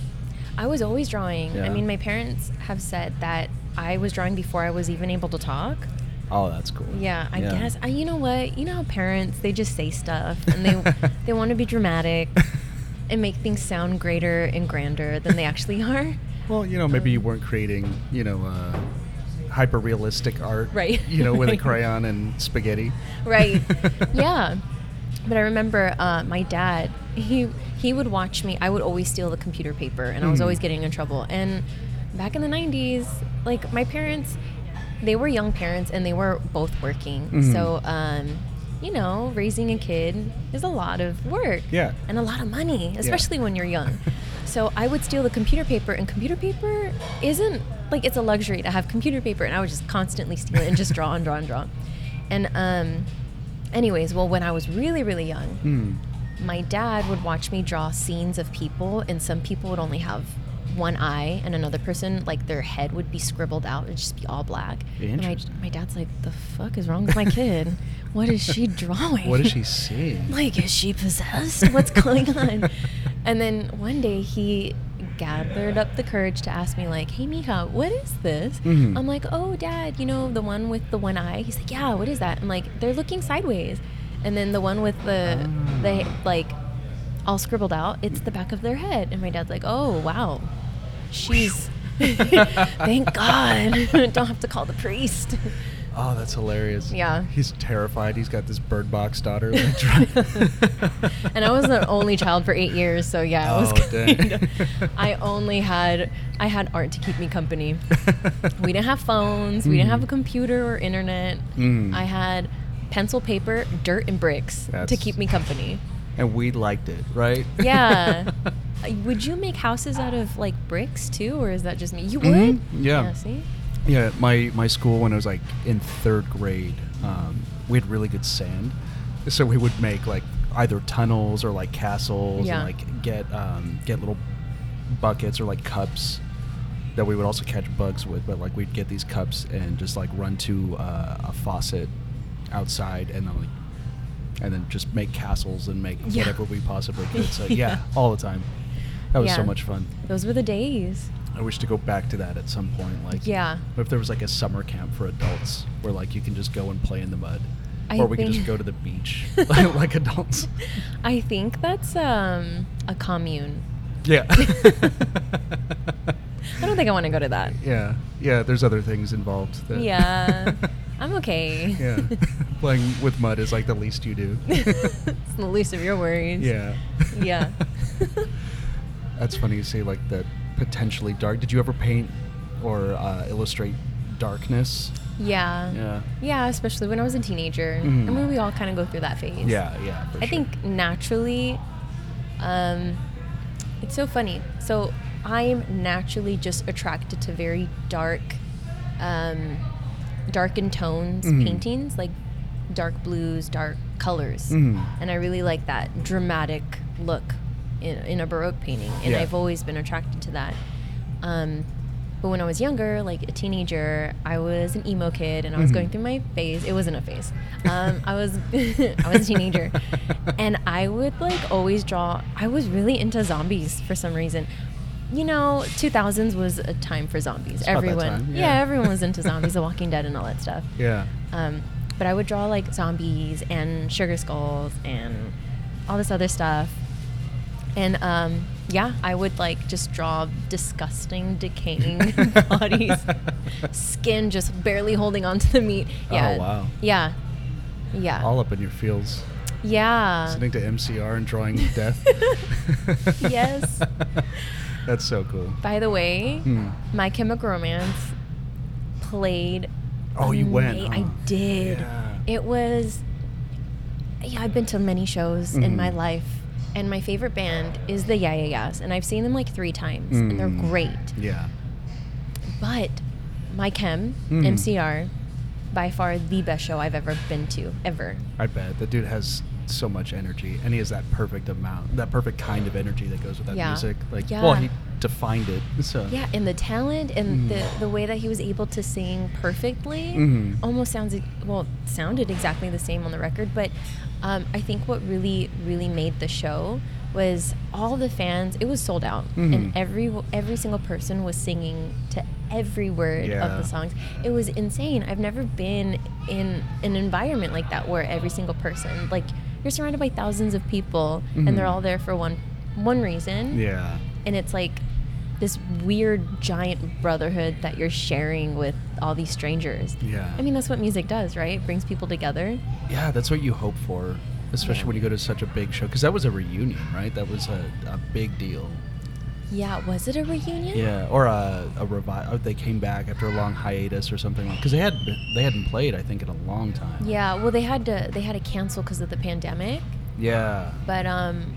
[SPEAKER 2] I was always drawing. I
[SPEAKER 1] Yeah.
[SPEAKER 2] mean, my parents have said that I was drawing before I was even able to talk.
[SPEAKER 1] Oh, that's cool.
[SPEAKER 2] Yeah, I guess. I, you know what? You know how parents they just say stuff and they they want to be dramatic and make things sound greater and grander than they actually are.
[SPEAKER 1] Well, you know, maybe
[SPEAKER 2] Um,
[SPEAKER 1] you weren't creating, you know, uh, hyper realistic art,
[SPEAKER 2] Right.
[SPEAKER 1] You know, with a
[SPEAKER 2] Right.
[SPEAKER 1] crayon and spaghetti,
[SPEAKER 2] Right. yeah. But I remember uh, my dad. He he would watch me. I would always steal the computer paper, and I was
[SPEAKER 1] Mhm.
[SPEAKER 2] always getting in trouble. And back in the '90s, like my parents, they were young parents, and they were both working.
[SPEAKER 1] Mhm.
[SPEAKER 2] So, um, you know, raising a kid is a lot of work.
[SPEAKER 1] Yeah.
[SPEAKER 2] And a lot of money, especially when you're young. So I would steal the computer paper, and computer paper isn't like it's a luxury to have computer paper, and I would just constantly steal it and just draw and draw and draw. And um, anyways, well, when I was really really young,
[SPEAKER 1] Hmm.
[SPEAKER 2] my dad would watch me draw scenes of people, and some people would only have one eye, and another person like their head would be scribbled out and just be all black. And my,
[SPEAKER 1] Interesting.
[SPEAKER 2] my dad's like, "The fuck is wrong with my kid? what is she drawing?
[SPEAKER 1] What is she seeing?
[SPEAKER 2] like is she possessed what's going on and then one day he gathered up the courage to ask me like hey mija what is this
[SPEAKER 1] Mhm.
[SPEAKER 2] i'm like oh dad you know the one with the one eye he's like yeah what is that i'm like they're looking sideways and then the one with the
[SPEAKER 1] Mm.
[SPEAKER 2] the like all scribbled out it's the back of their head and my dad's like oh wow she's thank god don't have to call the priest
[SPEAKER 1] Oh, that's hilarious.
[SPEAKER 2] Yeah.
[SPEAKER 1] He's terrified. He's got this bird box daughter. Like, drawing-
[SPEAKER 2] and I was an only child for eight years, so yeah, it was.
[SPEAKER 1] Oh, dang.
[SPEAKER 2] Kind of, I only had I had art to keep me company. We didn't have phones. We didn't have a
[SPEAKER 1] Mm.
[SPEAKER 2] computer or internet.
[SPEAKER 1] Mm.
[SPEAKER 2] I had pencil, paper, dirt, and bricks to
[SPEAKER 1] That's-
[SPEAKER 2] keep me company.
[SPEAKER 1] and we liked it, right?
[SPEAKER 2] Yeah. Uh, would you make houses out of like bricks too, or is that just me? You would.
[SPEAKER 1] Mhm, yeah.
[SPEAKER 2] See.
[SPEAKER 1] Yeah, my, my school when I was like in third grade, um, we had really good sand, so we would make like either tunnels or like castles
[SPEAKER 2] Yeah.
[SPEAKER 1] and like get um, get little buckets or like cups that we would also catch bugs with. But like we'd get these cups and just like run to uh, a faucet outside and then like and then just make castles and make
[SPEAKER 2] Yeah.
[SPEAKER 1] whatever we possibly could. So yeah,
[SPEAKER 2] Yeah.
[SPEAKER 1] all the time. That was so
[SPEAKER 2] Yeah.
[SPEAKER 1] much fun.
[SPEAKER 2] Those were the days.
[SPEAKER 1] I wish to go back to that at some point. Like,
[SPEAKER 2] Yeah.
[SPEAKER 1] If there was like a summer camp for adults, where like you can just go and play in the mud,
[SPEAKER 2] I
[SPEAKER 1] or we can just
[SPEAKER 2] think-
[SPEAKER 1] go to the beach like, like adults.
[SPEAKER 2] I think that's um, a commune.
[SPEAKER 1] Yeah.
[SPEAKER 2] I don't think I want to go to that.
[SPEAKER 1] Yeah, yeah. There's other things involved. That
[SPEAKER 2] Yeah, I'm okay.
[SPEAKER 1] yeah, playing with mud is like the least you do.
[SPEAKER 2] it's the least of your worries.
[SPEAKER 1] yeah.
[SPEAKER 2] Yeah.
[SPEAKER 1] That's funny you say like that potentially dark. Did you ever paint or uh, illustrate darkness?
[SPEAKER 2] yeah.
[SPEAKER 1] Yeah.
[SPEAKER 2] Yeah, especially when I was a teenager.
[SPEAKER 1] Mhm.
[SPEAKER 2] I mean, we all kind of go through that phase.
[SPEAKER 1] Yeah, yeah. for
[SPEAKER 2] I
[SPEAKER 1] sure.
[SPEAKER 2] think naturally, um, it's so funny. So I'm naturally just attracted to very dark, um, dark in tones
[SPEAKER 1] Mhm.
[SPEAKER 2] paintings, like dark blues, dark colors,
[SPEAKER 1] Mhm.
[SPEAKER 2] and I really like that dramatic look in, in a baroque painting, and
[SPEAKER 1] Yeah.
[SPEAKER 2] I've always been attracted to that. Um, but when I was younger, like a teenager, I was an emo kid, and I was
[SPEAKER 1] Mhm.
[SPEAKER 2] going through my phase. It wasn't a phase. Um, I was I was a teenager, and I would like always draw. I was really into zombies for some reason. You know, 2000s was a time for zombies.
[SPEAKER 1] It's about that
[SPEAKER 2] everyone,
[SPEAKER 1] time,
[SPEAKER 2] yeah.
[SPEAKER 1] yeah.
[SPEAKER 2] everyone was into zombies, The Walking Dead, and all that stuff.
[SPEAKER 1] Yeah.
[SPEAKER 2] Um, but I would draw like zombies and sugar skulls and all this other stuff. And um, yeah, I would like just draw disgusting, decaying bodies, skin just barely holding onto the meat.
[SPEAKER 1] Oh,
[SPEAKER 2] Yeah.
[SPEAKER 1] wow.
[SPEAKER 2] Yeah. Yeah.
[SPEAKER 1] All up in your fields,
[SPEAKER 2] yeah.
[SPEAKER 1] listening to MCR and drawing death.
[SPEAKER 2] Yes.
[SPEAKER 1] That's so cool.
[SPEAKER 2] By the way,
[SPEAKER 1] Hmm.
[SPEAKER 2] My Chemical Romance played.
[SPEAKER 1] Oh, you went,
[SPEAKER 2] ama-
[SPEAKER 1] huh?
[SPEAKER 2] Mm, I did.
[SPEAKER 1] Yeah.
[SPEAKER 2] It was. Yeah, I've been to many shows in my
[SPEAKER 1] Mhm.
[SPEAKER 2] life, and my favorite band is the Yeah Yeah Yeahs, and I've seen them like three times, and they're
[SPEAKER 1] Mm.
[SPEAKER 2] great.
[SPEAKER 1] Yeah.
[SPEAKER 2] But My Chem,
[SPEAKER 1] Mhm.
[SPEAKER 2] MCR, by far the best show I've ever been to, ever.
[SPEAKER 1] I bet. That dude has so much energy, and he has that perfect amount, that perfect kind of energy that goes with that
[SPEAKER 2] Yeah.
[SPEAKER 1] music. Like,
[SPEAKER 2] Yeah.
[SPEAKER 1] well, he defined it. So
[SPEAKER 2] Yeah, and the talent and
[SPEAKER 1] Mm.
[SPEAKER 2] the, the way that he was able to sing perfectly
[SPEAKER 1] Mhm.
[SPEAKER 2] almost sounds well sounded exactly the same on the record. But um, I think what really really made the show was all the fans. It was sold out,
[SPEAKER 1] Mhm.
[SPEAKER 2] and every every single person was singing to every word of
[SPEAKER 1] Yeah.
[SPEAKER 2] the songs. It was insane. I've never been in an environment like that where every single person like you're surrounded by thousands of people and they're
[SPEAKER 1] Mhm.
[SPEAKER 2] all there for one one reason
[SPEAKER 1] yeah,
[SPEAKER 2] and it's like this weird giant brotherhood that you're sharing with all these strangers.
[SPEAKER 1] yeah.
[SPEAKER 2] I mean, that's what music does, right? It brings people together.
[SPEAKER 1] yeah, that's what you hope for, especially
[SPEAKER 2] Yeah.
[SPEAKER 1] when you go to such a big show. Because that was a reunion, right? That was a, a big deal.
[SPEAKER 2] Yeah, was it a reunion?
[SPEAKER 1] Yeah, or a, a revive. They came back after a long hiatus or something, because they had they hadn't played, I think, in a long time.
[SPEAKER 2] Yeah, well they had to they had to cancel cuz of the pandemic,
[SPEAKER 1] Yeah.
[SPEAKER 2] but um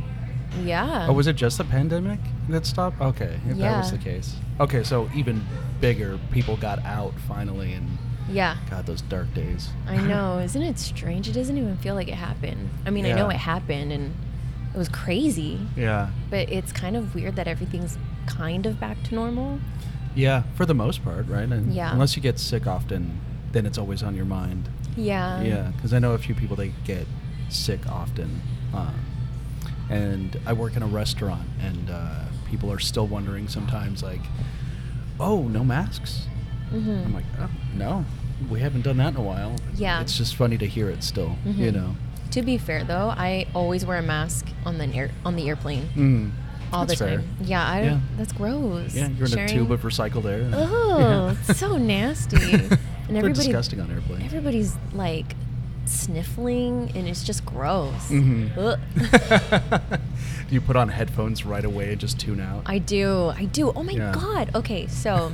[SPEAKER 2] yeah.
[SPEAKER 1] Oh, was it just the pandemic that stopped? Okay, if that was
[SPEAKER 2] Yeah.
[SPEAKER 1] the case. Okay, so even bigger, people got out finally, and
[SPEAKER 2] Yeah.
[SPEAKER 1] God, those dark days.
[SPEAKER 2] I know. Isn't it strange? It doesn't even feel like it happened. I mean, I know
[SPEAKER 1] Yeah.
[SPEAKER 2] it happened and it was crazy,
[SPEAKER 1] yeah.
[SPEAKER 2] but it's kind of weird that everything's kind of back to normal.
[SPEAKER 1] Yeah, for the most part, right? And
[SPEAKER 2] Yeah.
[SPEAKER 1] Unless you get sick often, then it's always on your mind.
[SPEAKER 2] Yeah.
[SPEAKER 1] yeah, because I know a few people they get sick often, um, and I work in a restaurant, and uh, people are still wondering sometimes, like, "Oh, no masks?"
[SPEAKER 2] Mhm.
[SPEAKER 1] I'm like, oh, "No, we haven't done that in a while."
[SPEAKER 2] Yeah.
[SPEAKER 1] it's just funny to hear it still, you
[SPEAKER 2] Mhm.
[SPEAKER 1] know.
[SPEAKER 2] To be fair, though, I always wear a mask on the air on the airplane
[SPEAKER 1] Mm.
[SPEAKER 2] all
[SPEAKER 1] That's
[SPEAKER 2] the
[SPEAKER 1] fair.
[SPEAKER 2] time. Yeah, I don't,
[SPEAKER 1] Yeah.
[SPEAKER 2] that's gross.
[SPEAKER 1] Yeah, you're in
[SPEAKER 2] Sharing-
[SPEAKER 1] a tube of recycled air.
[SPEAKER 2] Oh,
[SPEAKER 1] Yeah.
[SPEAKER 2] it's so nasty. And
[SPEAKER 1] They're
[SPEAKER 2] everybody-
[SPEAKER 1] disgusting on airplanes.
[SPEAKER 2] Everybody's like sniffling, and it's just gross.
[SPEAKER 1] Mhm.
[SPEAKER 2] Ugh.
[SPEAKER 1] do you put on headphones right away and just tune out?
[SPEAKER 2] I do, I do. Oh my
[SPEAKER 1] Yeah.
[SPEAKER 2] god. Okay, so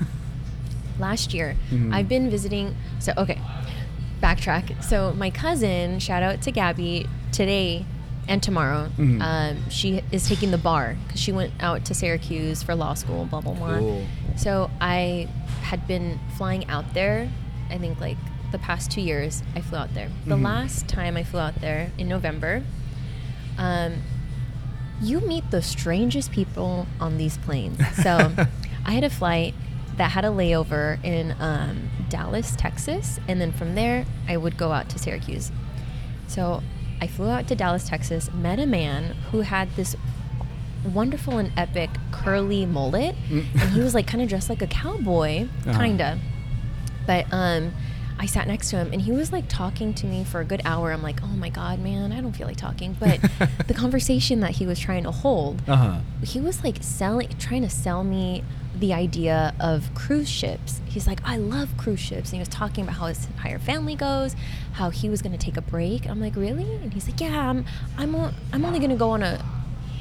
[SPEAKER 2] last year
[SPEAKER 1] Mhm.
[SPEAKER 2] I've been visiting. So okay, backtrack. So my cousin, shout out to Gabby today and tomorrow.
[SPEAKER 1] Mhm.
[SPEAKER 2] Um, she is taking the bar because she went out to Syracuse for law school. Blah blah blah.
[SPEAKER 1] Cool.
[SPEAKER 2] So I had been flying out there. I think like the past two years I flew out there. The
[SPEAKER 1] Mhm.
[SPEAKER 2] last time I flew out there in November. Um, you meet the strangest people on these planes. So I had a flight that had a layover in um, Dallas, Texas, and then from there I would go out to Syracuse. So I flew out to Dallas, Texas, met a man who had this wonderful and epic curly mullet,
[SPEAKER 1] Mm.
[SPEAKER 2] and he was like kind of dressed like a cowboy,
[SPEAKER 1] Uh-huh.
[SPEAKER 2] kinda. But um, I sat next to him, and he was like talking to me for a good hour. I'm like, oh my god, man, I don't feel like talking. But the conversation that he was trying to hold,
[SPEAKER 1] Uh huh.
[SPEAKER 2] he was like selling, trying to sell me the idea of cruise ships. He's like, I love cruise ships, and he was talking about how his entire family goes, how he was going to take a break. I'm like, really? And he's like, Yeah, I'm, I'm, o- I'm only going to go on a,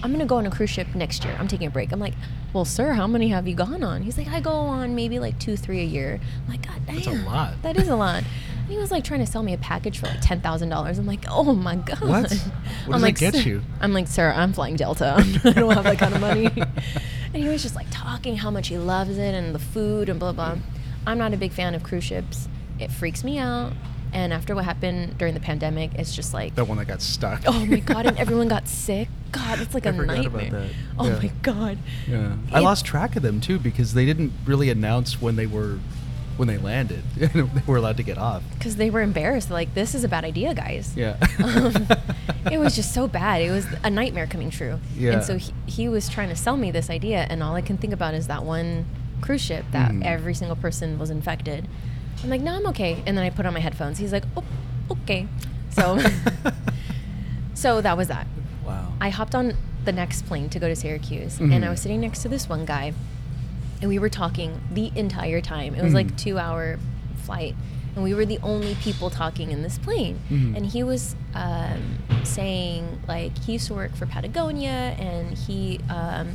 [SPEAKER 2] I'm going to go on a cruise ship next year. I'm taking a break. I'm like, Well, sir, how many have you gone on? He's like, I go on maybe like two, three a year. I'm like, God damn,
[SPEAKER 1] That's a lot.
[SPEAKER 2] That is a lot. And he was like trying to sell me a package for like ten thousand dollars. I'm like, Oh my god.
[SPEAKER 1] What? What does that
[SPEAKER 2] I'm like,
[SPEAKER 1] get
[SPEAKER 2] "Sir-"
[SPEAKER 1] you?
[SPEAKER 2] I'm like, sir, I'm flying Delta. I don't have that kind of money. and he was just like talking how much he loves it and the food and blah blah. I'm not a big fan of cruise ships. It freaks me out. And after what happened during the pandemic, it's just like,
[SPEAKER 1] That one that got stuck.
[SPEAKER 2] oh my god, and everyone got sick. God, it's like a
[SPEAKER 1] I forgot about
[SPEAKER 2] nightmare.
[SPEAKER 1] that.
[SPEAKER 2] Oh
[SPEAKER 1] Yeah.
[SPEAKER 2] my god.
[SPEAKER 1] Yeah. I
[SPEAKER 2] It-
[SPEAKER 1] lost track of them too because they didn't really announce when they were when they landed. they were allowed to get off.
[SPEAKER 2] because they were embarrassed. They're like, this is a bad idea, guys.
[SPEAKER 1] Yeah.
[SPEAKER 2] Um, it was just so bad. It was a nightmare coming true.
[SPEAKER 1] Yeah.
[SPEAKER 2] And so he, he was trying to sell me this idea, and all I can think about is that one cruise ship that
[SPEAKER 1] Mhm.
[SPEAKER 2] every single person was infected. I'm like, no, I'm okay. And then I put on my headphones. He's like, oh, okay. So, so that was that.
[SPEAKER 1] Wow.
[SPEAKER 2] I hopped on the next plane to go to Syracuse,
[SPEAKER 1] Mhm.
[SPEAKER 2] and I was sitting next to this one guy, and we were talking the entire time. It was
[SPEAKER 1] Mhm.
[SPEAKER 2] like two hour flight, and we were the only people talking in this plane.
[SPEAKER 1] Mhm.
[SPEAKER 2] And he was um, saying like he used to work for Patagonia, and he um,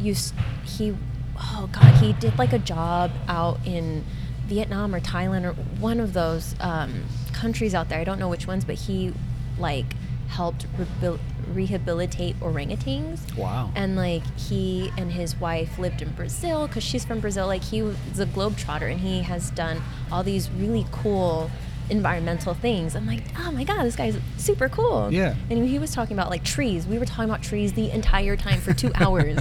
[SPEAKER 2] used he oh god he did like a job out in Vietnam or Thailand or one of those um, countries out there. I don't know which ones, but he like helped rehabil- rehabilitate orangutans.
[SPEAKER 1] Wow.
[SPEAKER 2] And like he and his wife lived in Brazil because she's from Brazil. Like he was a globetrotter and he has done all these really cool environmental things. I'm like, oh my god, this guy's super cool.
[SPEAKER 1] Yeah.
[SPEAKER 2] And he was talking about like trees. We were talking about trees the entire time for two hours.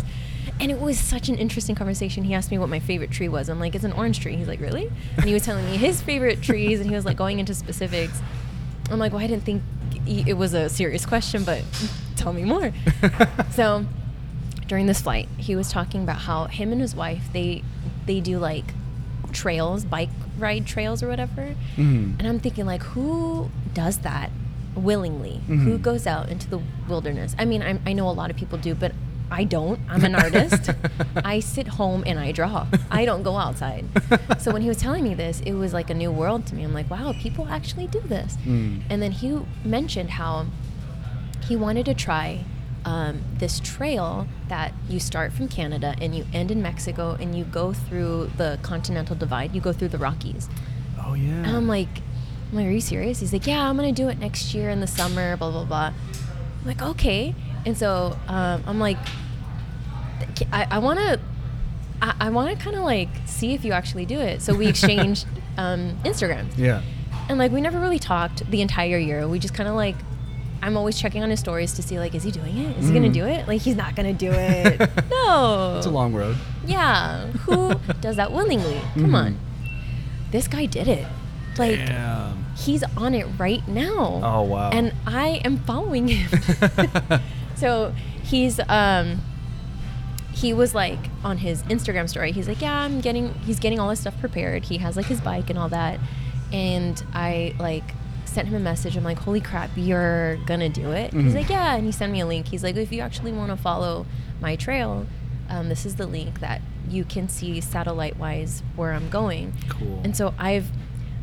[SPEAKER 2] And it was such an interesting conversation. He asked me what my favorite tree was. I'm like, it's an orange tree. He's like, really? And he was telling me his favorite trees, and he was like going into specifics. I'm like, well, I didn't think y- it was a serious question, but tell me more. so during this flight, he was talking about how him and his wife they they do like trails, bike ride trails or whatever.
[SPEAKER 1] Mhm.
[SPEAKER 2] And I'm thinking like, who does that willingly? Who
[SPEAKER 1] Mhm.
[SPEAKER 2] goes out into the wilderness? I mean, I'm, I know a lot of people do, but I don't. I'm an artist. I sit home and I draw. I don't go outside. so when he was telling me this, it was like a new world to me. I'm like, wow, people actually do this.
[SPEAKER 1] Mm.
[SPEAKER 2] And then he mentioned how he wanted to try um, this trail that you start from Canada and you end in Mexico and you go through the continental divide, you go through the Rockies.
[SPEAKER 1] oh yeah.
[SPEAKER 2] And I'm like, I'm like, are you serious? He's like, yeah, I'm gonna do it next year in the summer, blah blah blah. I'm like, okay. And so um, I'm like, I, I wanna, I, I wanna kind of like see if you actually do it. So we exchanged um, Instagram,
[SPEAKER 1] yeah.
[SPEAKER 2] and like we never really talked the entire year. We just kind of like. I'm always checking on his stories to see like is he doing it? Is he gonna
[SPEAKER 1] Mm.
[SPEAKER 2] do it? Like he's not gonna do it. no.
[SPEAKER 1] It's a long road.
[SPEAKER 2] Yeah. Who does that willingly? Come
[SPEAKER 1] Mhm.
[SPEAKER 2] on. This guy did it. Like
[SPEAKER 1] Damn.
[SPEAKER 2] he's on it right now.
[SPEAKER 1] Oh, wow.
[SPEAKER 2] And I am following him. so he's um he was like on his Instagram story. He's like, "Yeah, I'm getting he's getting all his stuff prepared. He has like his bike and all that." And I like sent him a message. I'm like, "Holy crap, you're going to do it." He's
[SPEAKER 1] Mhm.
[SPEAKER 2] like, "Yeah." And he sent me a link. He's like, "If you actually want to follow my trail, um, this is the link that you can see satellite-wise where I'm going."
[SPEAKER 1] Cool.
[SPEAKER 2] And so I've,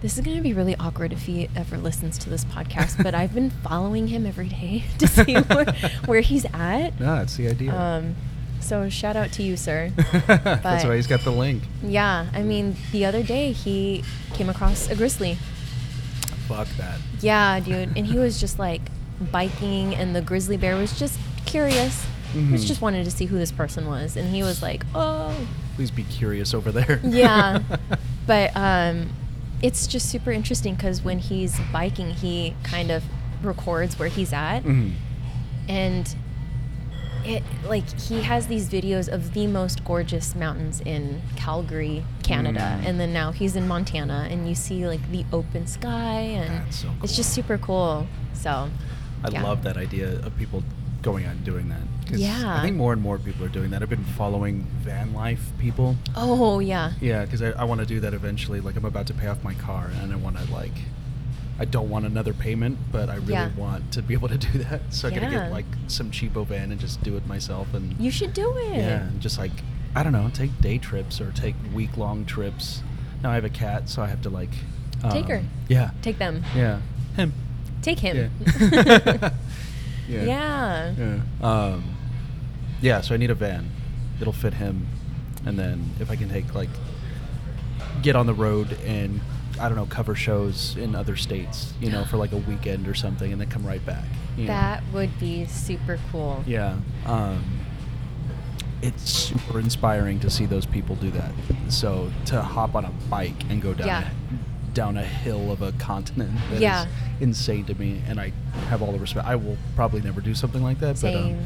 [SPEAKER 2] this is going to be really awkward if he ever listens to this podcast, but I've been following him every day to see where, where he's at.
[SPEAKER 1] no, that's the idea.
[SPEAKER 2] Um, so shout out to you, sir.
[SPEAKER 1] that's
[SPEAKER 2] but-
[SPEAKER 1] why he's got the link.
[SPEAKER 2] Yeah, I mean, the other day he came across a grizzly.
[SPEAKER 1] Fuck that.
[SPEAKER 2] Yeah, dude. And he was just like biking, and the grizzly bear was just curious.
[SPEAKER 1] Mhm.
[SPEAKER 2] Was just wanted to see who this person was. And he was like, oh.
[SPEAKER 1] Please be curious over there.
[SPEAKER 2] Yeah. But um, it's just super interesting because when he's biking, he kind of records where he's at,
[SPEAKER 1] Mhm.
[SPEAKER 2] and it like he has these videos of the most gorgeous mountains in Calgary, Canada,
[SPEAKER 1] Mm.
[SPEAKER 2] and then now he's in Montana, and you see like the open sky, and
[SPEAKER 1] That's so
[SPEAKER 2] it's
[SPEAKER 1] cool.
[SPEAKER 2] just super cool. So,
[SPEAKER 1] I
[SPEAKER 2] yeah.
[SPEAKER 1] love that idea of people going out and doing that. 'Cause
[SPEAKER 2] Yeah.
[SPEAKER 1] I think more and more people are doing that. I've been following van life people.
[SPEAKER 2] Oh yeah,
[SPEAKER 1] Yeah, because I, I want to do that eventually. Like, I'm about to pay off my car, and I want to like, I don't want another payment, but I really
[SPEAKER 2] Yeah.
[SPEAKER 1] want to be able to do that. So I gotta
[SPEAKER 2] Yeah.
[SPEAKER 1] get like some cheapo van and just do it myself, and
[SPEAKER 2] you should do it.
[SPEAKER 1] yeah, and just like I don't know, take day trips or take week long trips. Now I have a cat, so I have to like um,
[SPEAKER 2] Take her.
[SPEAKER 1] Yeah,
[SPEAKER 2] Take them.
[SPEAKER 1] yeah, him.
[SPEAKER 2] Take him.
[SPEAKER 1] Yeah. yeah.
[SPEAKER 2] yeah.
[SPEAKER 1] Yeah. Um, yeah. So I need a van. It'll fit him, and then if I can take like get on the road and I don't know cover shows in other states, you know, for like a weekend or something, and then come right back. you know?
[SPEAKER 2] That would be super cool.
[SPEAKER 1] Yeah. Um, it's super inspiring to see those people do that. So to hop on a bike and go down
[SPEAKER 2] Yeah.
[SPEAKER 1] a, down a hill of a continent that is
[SPEAKER 2] Yeah.
[SPEAKER 1] insane to me, and I have all the respect. I will probably never do something like that,
[SPEAKER 2] Same.
[SPEAKER 1] but um,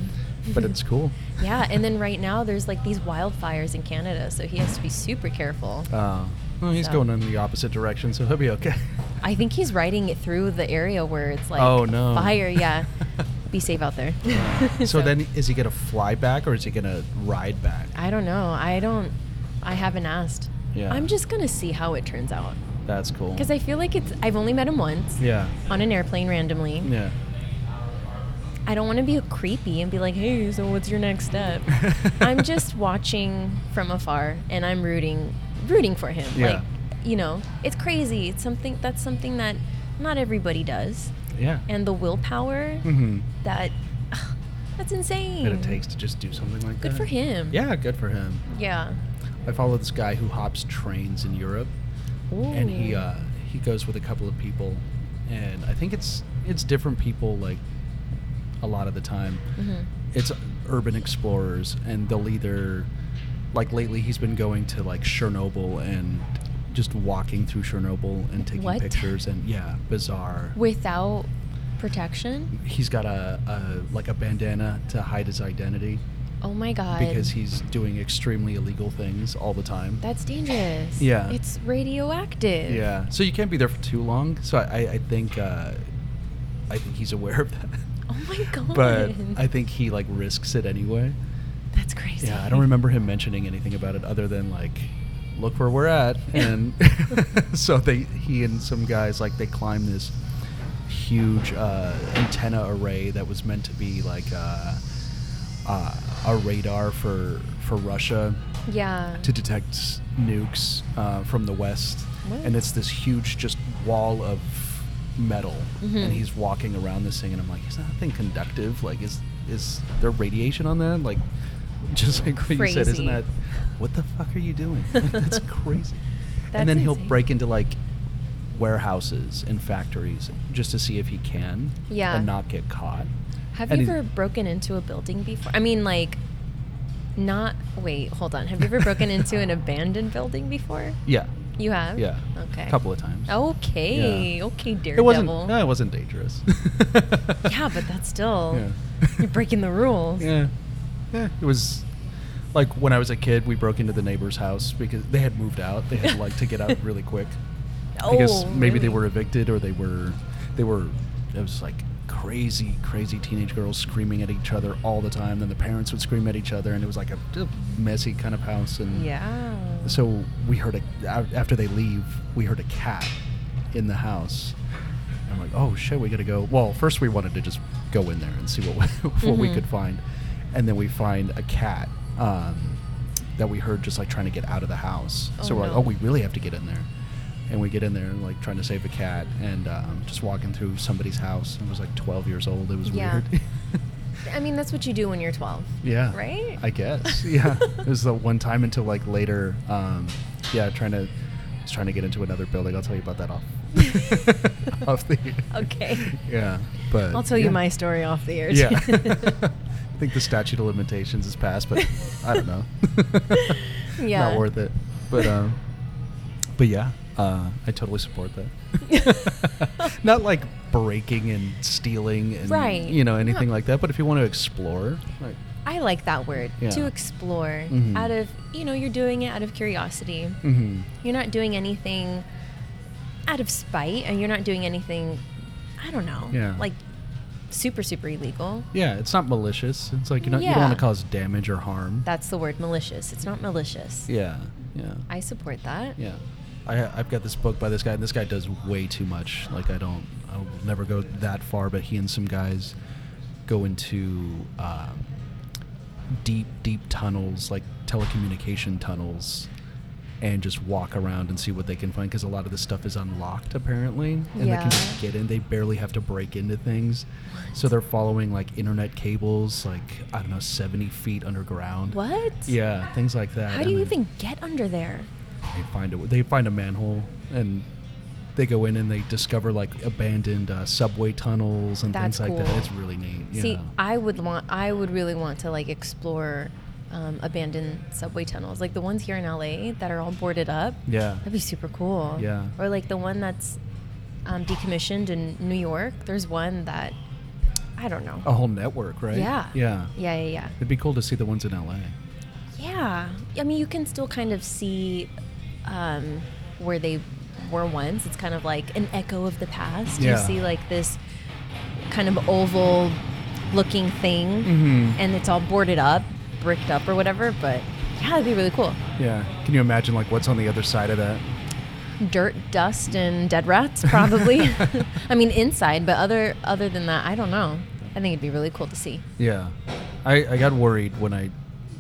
[SPEAKER 1] but it's cool.
[SPEAKER 2] Yeah, and then right now there's like these wildfires in Canada, so he has to be super careful.
[SPEAKER 1] Uh, well, he's
[SPEAKER 2] So.
[SPEAKER 1] going in the opposite direction, so he'll be okay.
[SPEAKER 2] I think he's riding it through the area where it's like
[SPEAKER 1] Oh, no.
[SPEAKER 2] fire. Yeah, be safe out there.
[SPEAKER 1] so, then, is he gonna fly back or is he gonna ride back?
[SPEAKER 2] I don't know. I don't. I haven't asked.
[SPEAKER 1] Yeah.
[SPEAKER 2] I'm just gonna see how it turns out
[SPEAKER 1] That's cool.
[SPEAKER 2] because I feel like it's. I've only met him once
[SPEAKER 1] yeah,
[SPEAKER 2] on an airplane randomly.
[SPEAKER 1] yeah.
[SPEAKER 2] I don't want to be creepy and be like, "Hey, so what's your next step?" I'm just watching from afar and I'm rooting rooting for him.
[SPEAKER 1] Yeah.
[SPEAKER 2] Like, you know, it's crazy. It's something that's something that not everybody does.
[SPEAKER 1] yeah.
[SPEAKER 2] And the willpower
[SPEAKER 1] mm-hmm.
[SPEAKER 2] that that's insane.
[SPEAKER 1] that it takes to just do something like that.
[SPEAKER 2] Good for him.
[SPEAKER 1] Yeah, good for him.
[SPEAKER 2] Yeah.
[SPEAKER 1] I follow this guy who hops trains in Europe, and he
[SPEAKER 2] Ooh.
[SPEAKER 1] uh, he goes with a couple of people, and I think it's it's different people like a lot of the time.
[SPEAKER 2] Mhm.
[SPEAKER 1] It's urban explorers, and they'll either like lately he's been going to like Chernobyl and just walking through Chernobyl and taking
[SPEAKER 3] What?
[SPEAKER 1] pictures and yeah, bizarre.
[SPEAKER 2] without protection.
[SPEAKER 1] He's got a, a like a bandana to hide his identity
[SPEAKER 2] Oh my god.
[SPEAKER 1] because he's doing extremely illegal things all the time.
[SPEAKER 2] that's dangerous.
[SPEAKER 1] Yeah.
[SPEAKER 2] It's radioactive.
[SPEAKER 1] yeah, so you can't be there for too long. So I, I, I think uh, I think he's aware of that.
[SPEAKER 2] Oh my god.
[SPEAKER 1] But I think he like risks it anyway.
[SPEAKER 2] that's crazy.
[SPEAKER 1] Yeah, I don't remember him mentioning anything about it other than like, look where we're at, and so they he and some guys like they climb this huge uh, antenna array that was meant to be like uh, uh, a radar for for Russia
[SPEAKER 2] Yeah.
[SPEAKER 1] to detect nukes uh, from the west,
[SPEAKER 2] What?
[SPEAKER 1] and it's this huge just wall of metal,
[SPEAKER 2] Mhm.
[SPEAKER 1] and he's walking around this thing, and I'm like, is that thing conductive? Like, is is there radiation on that? Like, just like what you said, isn't
[SPEAKER 3] Crazy.
[SPEAKER 1] that what the fuck are you doing? Like, that's crazy.
[SPEAKER 2] That's
[SPEAKER 1] and then he'll
[SPEAKER 2] insane.
[SPEAKER 1] break into like warehouses and factories just to see if he can
[SPEAKER 2] Yeah.
[SPEAKER 1] and not get caught.
[SPEAKER 2] Have
[SPEAKER 1] and
[SPEAKER 2] you
[SPEAKER 1] he-
[SPEAKER 2] ever broken into a building before? I mean, like, not. Wait, hold on. Have you ever broken into an abandoned building before?
[SPEAKER 1] Yeah.
[SPEAKER 2] You have.
[SPEAKER 1] Yeah.
[SPEAKER 2] Oh, Okay.
[SPEAKER 1] A couple of times.
[SPEAKER 2] Okay.
[SPEAKER 1] Yeah.
[SPEAKER 2] Okay, daredevil.
[SPEAKER 1] It wasn't. No, it wasn't dangerous.
[SPEAKER 2] Yeah, but that's still
[SPEAKER 1] Yeah.
[SPEAKER 2] you're breaking the rules.
[SPEAKER 1] Yeah. Yeah. It was like when I was a kid, we broke into the neighbor's house because they had moved out. They had like to get out really quick because
[SPEAKER 2] Oh,
[SPEAKER 1] maybe they
[SPEAKER 2] really?
[SPEAKER 1] were evicted or they were they were it was like crazy crazy teenage girls screaming at each other all the time then the parents would scream at each other and it was like a, a messy kind of house and
[SPEAKER 2] Yeah.
[SPEAKER 1] so we heard a a- after they leave, we heard a cat in the house. I'm like, oh shit, we gotta go. Well, first we wanted to just go in there and see what we, what we
[SPEAKER 2] Mhm.
[SPEAKER 1] could find, and then we find a cat um, that we heard just like trying to get out of the house. so
[SPEAKER 2] Oh,
[SPEAKER 1] we're
[SPEAKER 2] no.
[SPEAKER 1] like, oh, we really have to get in there, and we get in there and like trying to save a cat and um, just walking through somebody's house. I was like 12 years old. It was
[SPEAKER 2] Yeah.
[SPEAKER 1] weird.
[SPEAKER 2] I mean, that's what you do when you're 12.
[SPEAKER 1] Yeah.
[SPEAKER 2] Right?
[SPEAKER 1] I guess. Yeah. it was the one time until like later. Um, yeah, trying to I was trying to get into another building. I'll tell you about that off. off the.
[SPEAKER 2] Okay.
[SPEAKER 1] Yeah, but
[SPEAKER 2] I'll tell you
[SPEAKER 1] yeah.
[SPEAKER 2] my story off the air.
[SPEAKER 1] Yeah.
[SPEAKER 2] too.
[SPEAKER 1] I think the statute of limitations is passed, but I don't know.
[SPEAKER 2] Yeah.
[SPEAKER 1] Not worth it. But um, but yeah, uh, I totally support that. Not like breaking and stealing and
[SPEAKER 2] Right.
[SPEAKER 1] you know anything
[SPEAKER 2] Yeah.
[SPEAKER 1] like that. But if you want to explore, like
[SPEAKER 2] I like that word
[SPEAKER 1] Yeah.
[SPEAKER 2] to explore
[SPEAKER 1] Mhm.
[SPEAKER 2] out of, you know, you're doing it out of curiosity.
[SPEAKER 1] hmm
[SPEAKER 2] You're not doing anything out of spite and you're not doing anything, I don't know,
[SPEAKER 1] Yeah.
[SPEAKER 2] like super, super illegal.
[SPEAKER 1] Yeah, it's not malicious. It's like you're not, you don't
[SPEAKER 2] Yeah.
[SPEAKER 1] want to cause damage or harm.
[SPEAKER 2] That's the word malicious. It's not malicious.
[SPEAKER 1] yeah, yeah,
[SPEAKER 2] I support that.
[SPEAKER 1] yeah. I, I've got this book by this guy, and this guy does way too much. Like I don't, I'll never go that far. But he and some guys go into um, deep, deep tunnels, like telecommunication tunnels, and just walk around and see what they can find. Because a lot of this stuff is unlocked apparently, and they
[SPEAKER 2] Yeah.
[SPEAKER 1] can just get in. They barely have to break into things.
[SPEAKER 2] What?
[SPEAKER 1] So they're following like internet cables, like I don't know, seventy feet underground.
[SPEAKER 2] What?
[SPEAKER 1] Yeah, things like that.
[SPEAKER 2] How
[SPEAKER 1] and
[SPEAKER 2] do you
[SPEAKER 1] then
[SPEAKER 2] even get under there?
[SPEAKER 1] They find a they find a manhole and they go in and they discover like abandoned uh, subway tunnels and
[SPEAKER 2] That's
[SPEAKER 1] things like
[SPEAKER 2] cool.
[SPEAKER 1] that. It's really neat. Yeah.
[SPEAKER 2] See, I would want, I would really want to like explore um, abandoned subway tunnels, like the ones here in LA that are all boarded up.
[SPEAKER 1] yeah.
[SPEAKER 2] That'd be super cool.
[SPEAKER 1] Yeah.
[SPEAKER 2] Or like the one that's um, decommissioned in New York. There's one that I don't know.
[SPEAKER 1] A whole network, Oh, right?
[SPEAKER 2] Yeah.
[SPEAKER 1] Yeah.
[SPEAKER 2] Yeah, yeah, yeah.
[SPEAKER 1] It'd be cool to see the ones in LA.
[SPEAKER 2] Yeah. I mean, you can still kind of see um, where they were once. It's kind of like an echo of the past.
[SPEAKER 1] Yeah.
[SPEAKER 2] You see like this kind of oval looking thing
[SPEAKER 1] Mhm.
[SPEAKER 2] and it's all boarded up, bricked up or whatever, but yeah, that'd be really cool.
[SPEAKER 1] Yeah. Can you imagine like what's on the other side of that?
[SPEAKER 2] Dirt, dust and dead rats probably. I mean, inside, but other other than that, I don't know. I think it'd be really cool to see.
[SPEAKER 1] Yeah. I, I got worried when I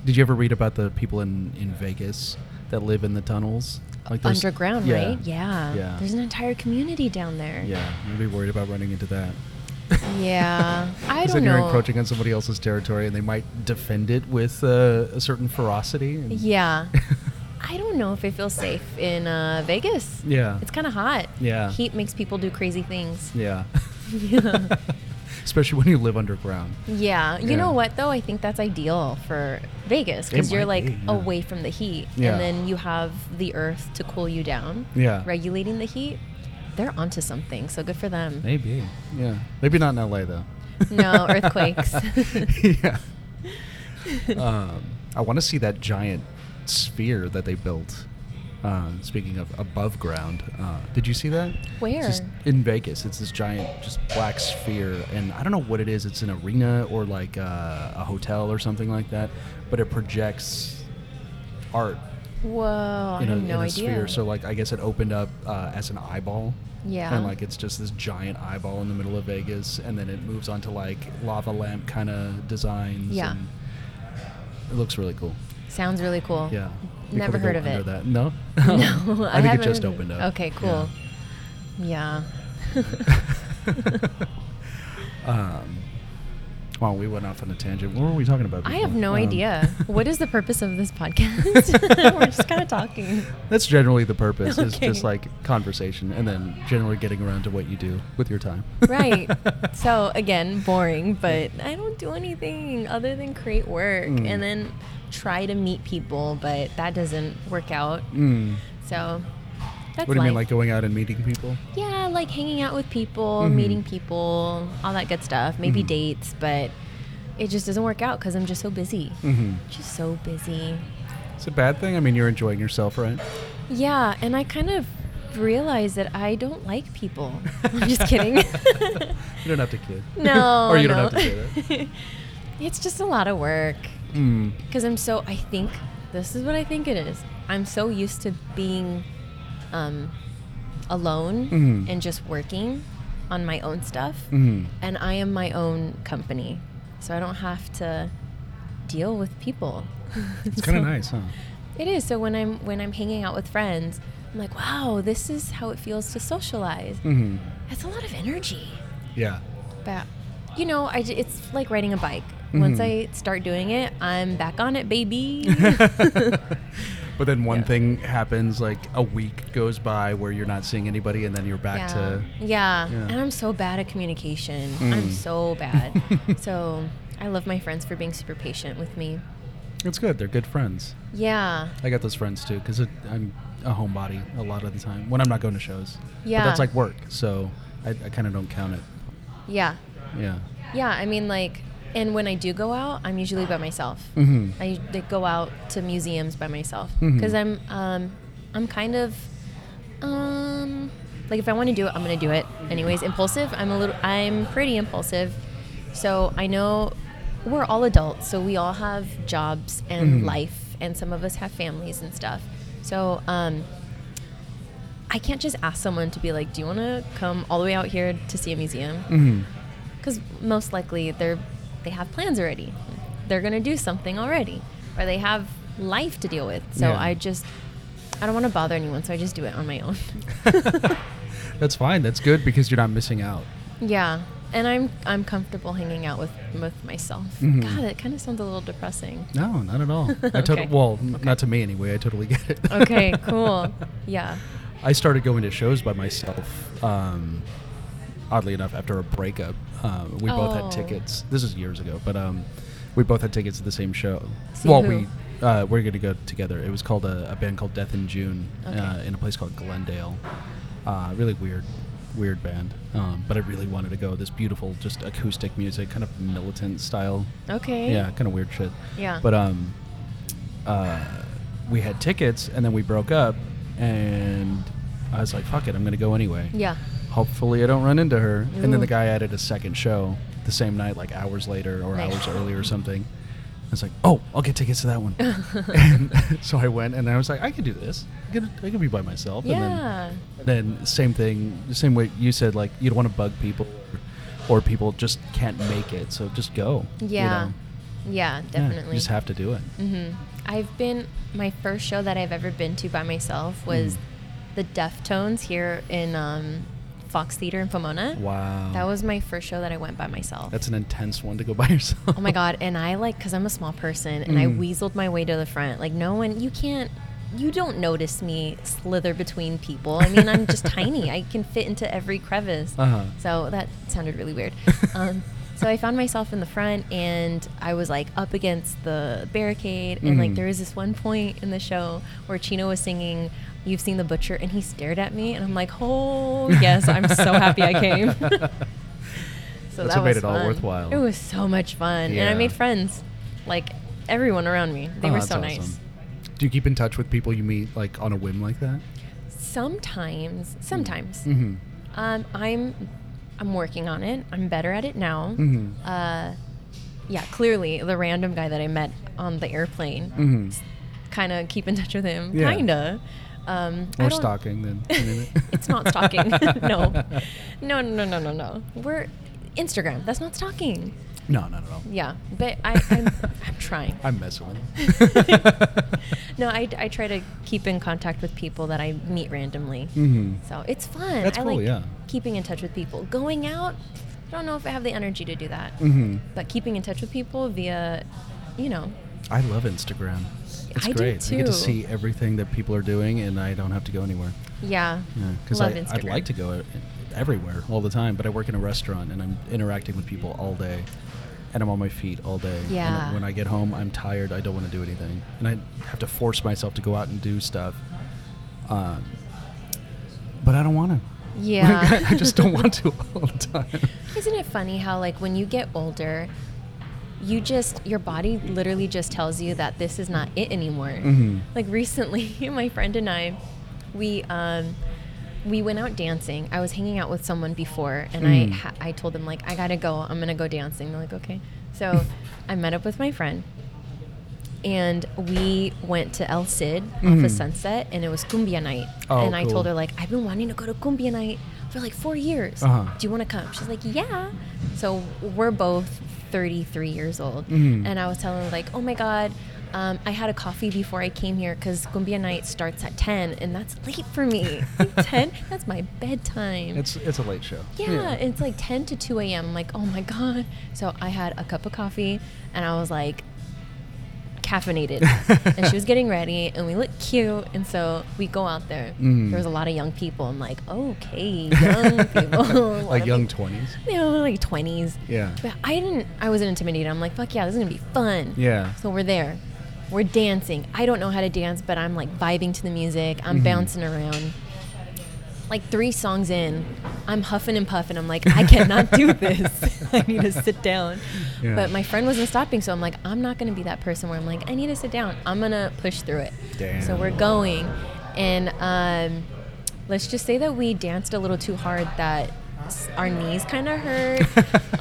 [SPEAKER 1] did you ever read about the people in, in Vegas that live in the tunnels? Like those-
[SPEAKER 2] Underground,
[SPEAKER 1] yeah.
[SPEAKER 2] right? Yeah.
[SPEAKER 1] Yeah.
[SPEAKER 2] There's an entire community down there.
[SPEAKER 1] Yeah, I'd be worried about running into that.
[SPEAKER 2] Yeah. I
[SPEAKER 1] 'Cause
[SPEAKER 2] don't
[SPEAKER 1] then you're
[SPEAKER 2] know.
[SPEAKER 1] encroaching on somebody else's territory, and they might defend it with uh, a certain ferocity. and-
[SPEAKER 2] Yeah. I don't know if I feel safe in uh, Vegas.
[SPEAKER 1] yeah.
[SPEAKER 2] It's kind of hot.
[SPEAKER 1] Yeah.
[SPEAKER 2] Heat makes people do crazy things.
[SPEAKER 1] yeah.
[SPEAKER 2] Yeah.
[SPEAKER 1] Especially when you live underground.
[SPEAKER 2] yeah. You
[SPEAKER 1] Yeah.
[SPEAKER 2] know what, though? I think that's ideal for.
[SPEAKER 4] Vegas
[SPEAKER 1] It
[SPEAKER 4] because you're
[SPEAKER 1] might
[SPEAKER 4] like
[SPEAKER 1] be, yeah.
[SPEAKER 4] away from the heat,
[SPEAKER 1] Yeah.
[SPEAKER 4] and then you have the earth to cool you down,
[SPEAKER 1] Yeah.
[SPEAKER 4] regulating the heat. They're onto something, so good for them.
[SPEAKER 5] Maybe.
[SPEAKER 1] Yeah. Maybe not in LA though.
[SPEAKER 4] No, earthquakes.
[SPEAKER 1] yeah. Um, I want to see that giant sphere that they built. Uh, speaking of above ground, uh, did you see that?
[SPEAKER 4] Where?
[SPEAKER 1] It's just in Vegas, it's this giant, just black sphere, and I don't know what it is. It's an arena or like uh, a hotel or something like that, but it projects art
[SPEAKER 4] Whoa, I
[SPEAKER 1] in a,
[SPEAKER 4] have
[SPEAKER 1] in
[SPEAKER 4] no
[SPEAKER 1] a
[SPEAKER 4] idea.
[SPEAKER 1] sphere. So like, I guess it opened up uh, as an eyeball.
[SPEAKER 4] Yeah.
[SPEAKER 1] And like, it's just this giant eyeball in the middle of Vegas, and then it moves on to like lava lamp kind of designs.
[SPEAKER 4] Yeah.
[SPEAKER 1] and it looks really cool.
[SPEAKER 4] Sounds really cool.
[SPEAKER 1] Yeah. Be cool
[SPEAKER 4] Never
[SPEAKER 1] to go
[SPEAKER 4] heard of
[SPEAKER 1] under
[SPEAKER 4] it.
[SPEAKER 1] That. No.
[SPEAKER 4] No,
[SPEAKER 1] I, think
[SPEAKER 4] haven't
[SPEAKER 1] it just
[SPEAKER 4] heard of
[SPEAKER 1] opened up.
[SPEAKER 4] Okay, cool. Yeah.
[SPEAKER 1] Yeah. um, well, we went off on a tangent. What were we talking about?
[SPEAKER 4] I
[SPEAKER 1] before?
[SPEAKER 4] have no
[SPEAKER 1] Um,
[SPEAKER 4] idea. What is the purpose of this podcast? We're just kind of talking.
[SPEAKER 1] That's generally the purpose. It's
[SPEAKER 4] Okay.
[SPEAKER 1] just like conversation, and then generally getting around to what you do with your time.
[SPEAKER 4] Right. So again, boring, but I don't do anything other than create work
[SPEAKER 1] Mm.
[SPEAKER 4] and then
[SPEAKER 2] Try to meet people, but that doesn't work out.
[SPEAKER 1] Mm.
[SPEAKER 2] So that's
[SPEAKER 1] what do you mean,
[SPEAKER 2] life.
[SPEAKER 1] like going out and meeting people?
[SPEAKER 2] Yeah, like hanging out with people,
[SPEAKER 1] Mhm.
[SPEAKER 2] meeting people, all that good stuff. Maybe
[SPEAKER 1] Mhm.
[SPEAKER 2] dates, but it just doesn't work out because I'm just so busy.
[SPEAKER 1] Mm-hmm.
[SPEAKER 2] Just so busy.
[SPEAKER 1] It's a bad thing. I mean, you're enjoying yourself, right?
[SPEAKER 2] Yeah, and I kind of realized that I don't like people. I'm just kidding.
[SPEAKER 1] You don't have to kid.
[SPEAKER 2] No,
[SPEAKER 1] or you don't
[SPEAKER 2] no.
[SPEAKER 1] have to say that.
[SPEAKER 2] it's just a lot of work
[SPEAKER 1] Mm.
[SPEAKER 2] because I'm so, I think, this is what I think it is. I'm so used to being um, alone
[SPEAKER 1] Mhm.
[SPEAKER 2] and just working on my own stuff.
[SPEAKER 1] Mm.
[SPEAKER 2] and I am my own company, so I don't have to deal with people.
[SPEAKER 1] It's kind of nice, huh?
[SPEAKER 2] It is. So when I'm when I'm hanging out with friends, I'm like, wow, this is how it feels to socialize.
[SPEAKER 1] Mm-hmm.
[SPEAKER 2] That's a lot of energy.
[SPEAKER 1] Yeah.
[SPEAKER 2] But you know, I j- it's like riding a bike. Once
[SPEAKER 1] Mhm.
[SPEAKER 2] I start doing it, I'm back on it, baby.
[SPEAKER 1] but then one
[SPEAKER 2] Mm-hmm. Yeah.
[SPEAKER 1] thing happens, like a week goes by where you're not seeing anybody, and then you're back
[SPEAKER 2] yeah.
[SPEAKER 1] to.
[SPEAKER 2] yeah.
[SPEAKER 1] Yeah.
[SPEAKER 2] And I'm so bad at communication.
[SPEAKER 1] Mm.
[SPEAKER 2] I'm so bad. so I love my friends for being super patient with me.
[SPEAKER 1] It's good. They're good friends.
[SPEAKER 2] Yeah.
[SPEAKER 1] I got those friends too, because I'm a homebody a lot of the time when I'm not going to shows. But
[SPEAKER 2] Yeah.
[SPEAKER 1] that's like work, so I, I kind of don't count it.
[SPEAKER 2] Yeah.
[SPEAKER 1] Yeah.
[SPEAKER 2] Yeah, I mean, like, and when I do go out, I'm usually by myself.
[SPEAKER 1] Mm-hmm.
[SPEAKER 2] I like, go out to museums by myself
[SPEAKER 1] Mhm.
[SPEAKER 2] because I'm, um, I'm kind of, um, like if I want to do it, I'm gonna do it. Anyways, impulsive. I'm a little. I'm pretty impulsive, so I know we're all adults, so we all have jobs and
[SPEAKER 1] Mhm.
[SPEAKER 2] life, and some of us have families and stuff. So, um, I can't just ask someone to be like, "Do you want to come all the way out here to see a museum?"
[SPEAKER 1] Mm-hmm.
[SPEAKER 2] because most likely they're they have plans already they're gonna do something already or they have life to deal with so
[SPEAKER 1] Yeah.
[SPEAKER 2] i just i don't want to bother anyone so i just do it on my own
[SPEAKER 1] That's fine. That's good because you're not missing out.
[SPEAKER 2] yeah and i'm i'm comfortable hanging out with with myself
[SPEAKER 1] Mhm.
[SPEAKER 2] god it kind of sounds a little depressing
[SPEAKER 1] No, not at all. I totally
[SPEAKER 2] Okay.
[SPEAKER 1] well, n- not to me anyway. I totally get it.
[SPEAKER 2] okay cool yeah
[SPEAKER 1] I started going to shows by myself. Um, oddly enough, after a breakup, um, we both
[SPEAKER 2] Oh.
[SPEAKER 1] had tickets. This is years ago, but um, we both had tickets to the same show.
[SPEAKER 2] See
[SPEAKER 1] well,
[SPEAKER 2] who?
[SPEAKER 1] we uh, we're going to go together. It was called a, a band called Death in June uh,
[SPEAKER 2] Okay.
[SPEAKER 1] in a place called Glendale. Uh, really weird, weird band. Um, but I really wanted to go. This beautiful, just acoustic music, kind of militant style
[SPEAKER 2] okay
[SPEAKER 1] yeah, kind of weird shit.
[SPEAKER 2] Yeah.
[SPEAKER 1] But um, uh, we had tickets, and then we broke up, and I was like, "Fuck it, I'm gonna go anyway."
[SPEAKER 2] yeah
[SPEAKER 1] Hopefully, I don't run into her. And then the
[SPEAKER 2] Ooh.
[SPEAKER 1] guy added a second show the same night, like hours later or
[SPEAKER 2] Nice.
[SPEAKER 1] hours earlier or something. I was like, "Oh, I'll get tickets to that one." and so I went, and I was like, "I can do this. I can, I can be by myself." And then
[SPEAKER 2] yeah
[SPEAKER 1] then same thing the same way you said like you don't want to bug people or, or people just can't make it so just go you
[SPEAKER 2] yeah
[SPEAKER 1] know? Yeah,
[SPEAKER 2] yeah definitely
[SPEAKER 1] you just have to do it
[SPEAKER 2] hmm I've been my first show that I've ever been to by myself was
[SPEAKER 1] Mm.
[SPEAKER 2] the Deftones here in um, Fox Theater in Pomona.
[SPEAKER 1] wow
[SPEAKER 2] That was my first show that I went by myself.
[SPEAKER 1] that's an intense one to go by yourself
[SPEAKER 2] Mm-hmm. oh my god! And I like because I'm a small person and I
[SPEAKER 1] Mm.
[SPEAKER 2] weaseled my way to the front. Like no one, you can't, you don't notice me slither between people. I mean, I'm just tiny. I can fit into every crevice.
[SPEAKER 1] Uh-huh.
[SPEAKER 2] So that sounded really weird. Um, so I found myself in the front, and I was like up against the barricade, and
[SPEAKER 1] Mm.
[SPEAKER 2] like
[SPEAKER 6] Mhm.
[SPEAKER 2] there was this one point in the show where Chino was singing "You've Seen the Butcher," and he stared at me, and I'm like, "Oh yes, I'm so happy I came." so
[SPEAKER 1] That's
[SPEAKER 2] that
[SPEAKER 1] what made
[SPEAKER 2] was
[SPEAKER 1] it all
[SPEAKER 2] fun.
[SPEAKER 1] worthwhile.
[SPEAKER 2] It was so much fun, and
[SPEAKER 1] Yeah.
[SPEAKER 2] I made friends, like everyone around me. They
[SPEAKER 6] Oh,
[SPEAKER 2] were
[SPEAKER 6] that's
[SPEAKER 2] so
[SPEAKER 6] awesome.
[SPEAKER 2] nice.
[SPEAKER 6] Do you keep in touch with people you meet like on a whim like that?
[SPEAKER 2] Sometimes, sometimes,
[SPEAKER 6] Mm-hmm.
[SPEAKER 2] um, I'm, I'm working on it. I'm better at it now.
[SPEAKER 6] Mm-hmm.
[SPEAKER 2] uh, yeah, clearly the random guy that I met on the airplane.
[SPEAKER 6] Mm-hmm.
[SPEAKER 2] Kind of keep in touch with him.
[SPEAKER 6] Yeah.
[SPEAKER 2] Kinda. Um, I
[SPEAKER 6] Or
[SPEAKER 2] don't-
[SPEAKER 6] stalking then.
[SPEAKER 2] it's not stalking. no. No, no, no, no, no, no. We're Instagram. That's not stalking.
[SPEAKER 6] No, not at all.
[SPEAKER 2] Yeah, but I, I'm, I'm trying.
[SPEAKER 6] I'm messing with you.
[SPEAKER 2] no, I, I try to keep in contact with people that I meet randomly.
[SPEAKER 1] Mm.
[SPEAKER 6] mm-hmm.
[SPEAKER 2] So it's fun.
[SPEAKER 6] That's
[SPEAKER 2] I
[SPEAKER 6] cool,
[SPEAKER 2] like
[SPEAKER 6] yeah.
[SPEAKER 2] keeping in touch with people. Going out, I don't know if I have the energy to do that.
[SPEAKER 1] Mm.
[SPEAKER 6] Mm-hmm.
[SPEAKER 2] But keeping in touch with people via, you know,
[SPEAKER 1] I love Instagram. It's
[SPEAKER 2] I do
[SPEAKER 1] great. I get to
[SPEAKER 2] too.
[SPEAKER 1] see everything that people are doing, and I don't have to go anywhere.
[SPEAKER 2] Yeah.
[SPEAKER 1] Yeah, because
[SPEAKER 2] Love
[SPEAKER 1] I'd
[SPEAKER 2] Instagram.
[SPEAKER 1] like to go e- everywhere all the time, but I work in a restaurant and I'm interacting with people all day, and I'm on my feet all day. And
[SPEAKER 2] Yeah.
[SPEAKER 1] when I get home, I'm tired. I don't want to do anything, and I have to force myself to go out and do stuff. Um, but I don't want to.
[SPEAKER 2] Yeah.
[SPEAKER 1] I just don't want to all the time.
[SPEAKER 2] Isn't it funny how like when you get older, you just your body literally just tells you that this is not it anymore.
[SPEAKER 1] Mm-hmm.
[SPEAKER 6] Mhm.
[SPEAKER 2] Like recently, my friend and I, we um we went out dancing. I was hanging out with someone before, and
[SPEAKER 6] Mhm.
[SPEAKER 1] Mm.
[SPEAKER 2] I ha- I told them like I gotta go. I'm gonna go dancing. They're like okay. So I met up with my friend, and we went to El Cid off
[SPEAKER 6] Mhm.
[SPEAKER 2] of Sunset, and it was cumbia night.
[SPEAKER 1] Mm-hmm. Oh,
[SPEAKER 2] and I
[SPEAKER 1] cool.
[SPEAKER 2] told her like I've been wanting to go to cumbia night for like four years.
[SPEAKER 6] Uh-huh.
[SPEAKER 2] Do you want to come? She's like, yeah. So we're both 33 years old.
[SPEAKER 1] Mm.
[SPEAKER 6] Mhm.
[SPEAKER 2] And I was telling her, like, oh my God, um, I had a coffee before I came here because Gumbia night starts at 10, and that's late for me. Like, 10? That's my bedtime.
[SPEAKER 1] It's it's a late show.
[SPEAKER 2] yeah, it's like 10 to 2 a.m. I'm like, oh my God. So I had a cup of coffee, and I was like, caffeinated and she was getting ready and we look cute and so we go out there
[SPEAKER 6] Mm.
[SPEAKER 2] there was a lot of young people i'm like okay young people A lot
[SPEAKER 1] like
[SPEAKER 2] of
[SPEAKER 1] young
[SPEAKER 2] people
[SPEAKER 1] twenties.
[SPEAKER 2] you know, like 20s.
[SPEAKER 6] Yeah.
[SPEAKER 2] But I didn't, I wasn't intimidated. I'm like, fuck yeah, this is gonna be fun.
[SPEAKER 6] Yeah.
[SPEAKER 2] So we're there. We're dancing. I don't know how to dance, but I'm like vibing to the music. I'm
[SPEAKER 6] Mm-hmm.
[SPEAKER 2] bouncing around. Like three songs in, I'm huffing and puffing. I'm like, I cannot do this. I need to sit down.
[SPEAKER 6] Yeah.
[SPEAKER 2] But my friend wasn't stopping, so I'm like, I'm not gonna be that person where I'm like, I need to sit down. I'm gonna push through it. So
[SPEAKER 1] Damn.
[SPEAKER 2] we're going, and um, let's just say that we danced a little too hard. That s- our knees kind of hurt,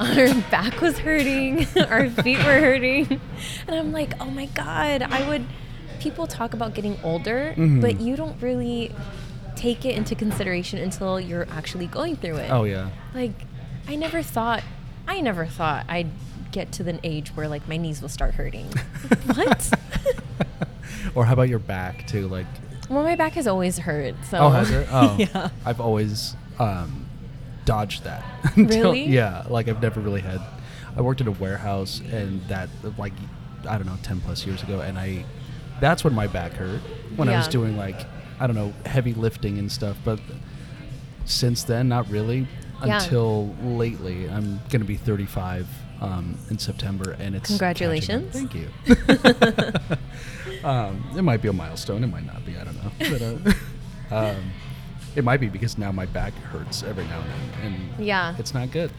[SPEAKER 2] our back was hurting, our feet were hurting, and I'm like, oh my god, I would. People talk about getting older,
[SPEAKER 1] Mm-hmm.
[SPEAKER 6] Mhm.
[SPEAKER 2] but you don't really take it into consideration until you're actually going through it.
[SPEAKER 1] Oh yeah.
[SPEAKER 2] Like, I never thought, I never thought I'd get to the age where like my knees will start hurting. what?
[SPEAKER 1] or how about your back too? Like,
[SPEAKER 2] Well, my back has always hurt. So.
[SPEAKER 1] oh, has it? Oh,
[SPEAKER 2] yeah.
[SPEAKER 1] I've always um, dodged that.
[SPEAKER 2] Really?
[SPEAKER 1] yeah. Like I've never really had. I worked in a warehouse, and that like I don't know, ten plus years ago, and I that's when my back hurt when I was
[SPEAKER 2] Yeah.
[SPEAKER 1] doing like I don't know heavy lifting and stuff. But since then, not really.
[SPEAKER 2] Yeah.
[SPEAKER 1] Until lately, I'm gonna be 35 um, in September, and it's catching up.
[SPEAKER 2] Congratulations.
[SPEAKER 1] Thank you. Um, it might be a milestone. It might not be. I don't know. But, uh, um, it might be because now my back hurts every now and then, and
[SPEAKER 2] Yeah.
[SPEAKER 1] it's not good.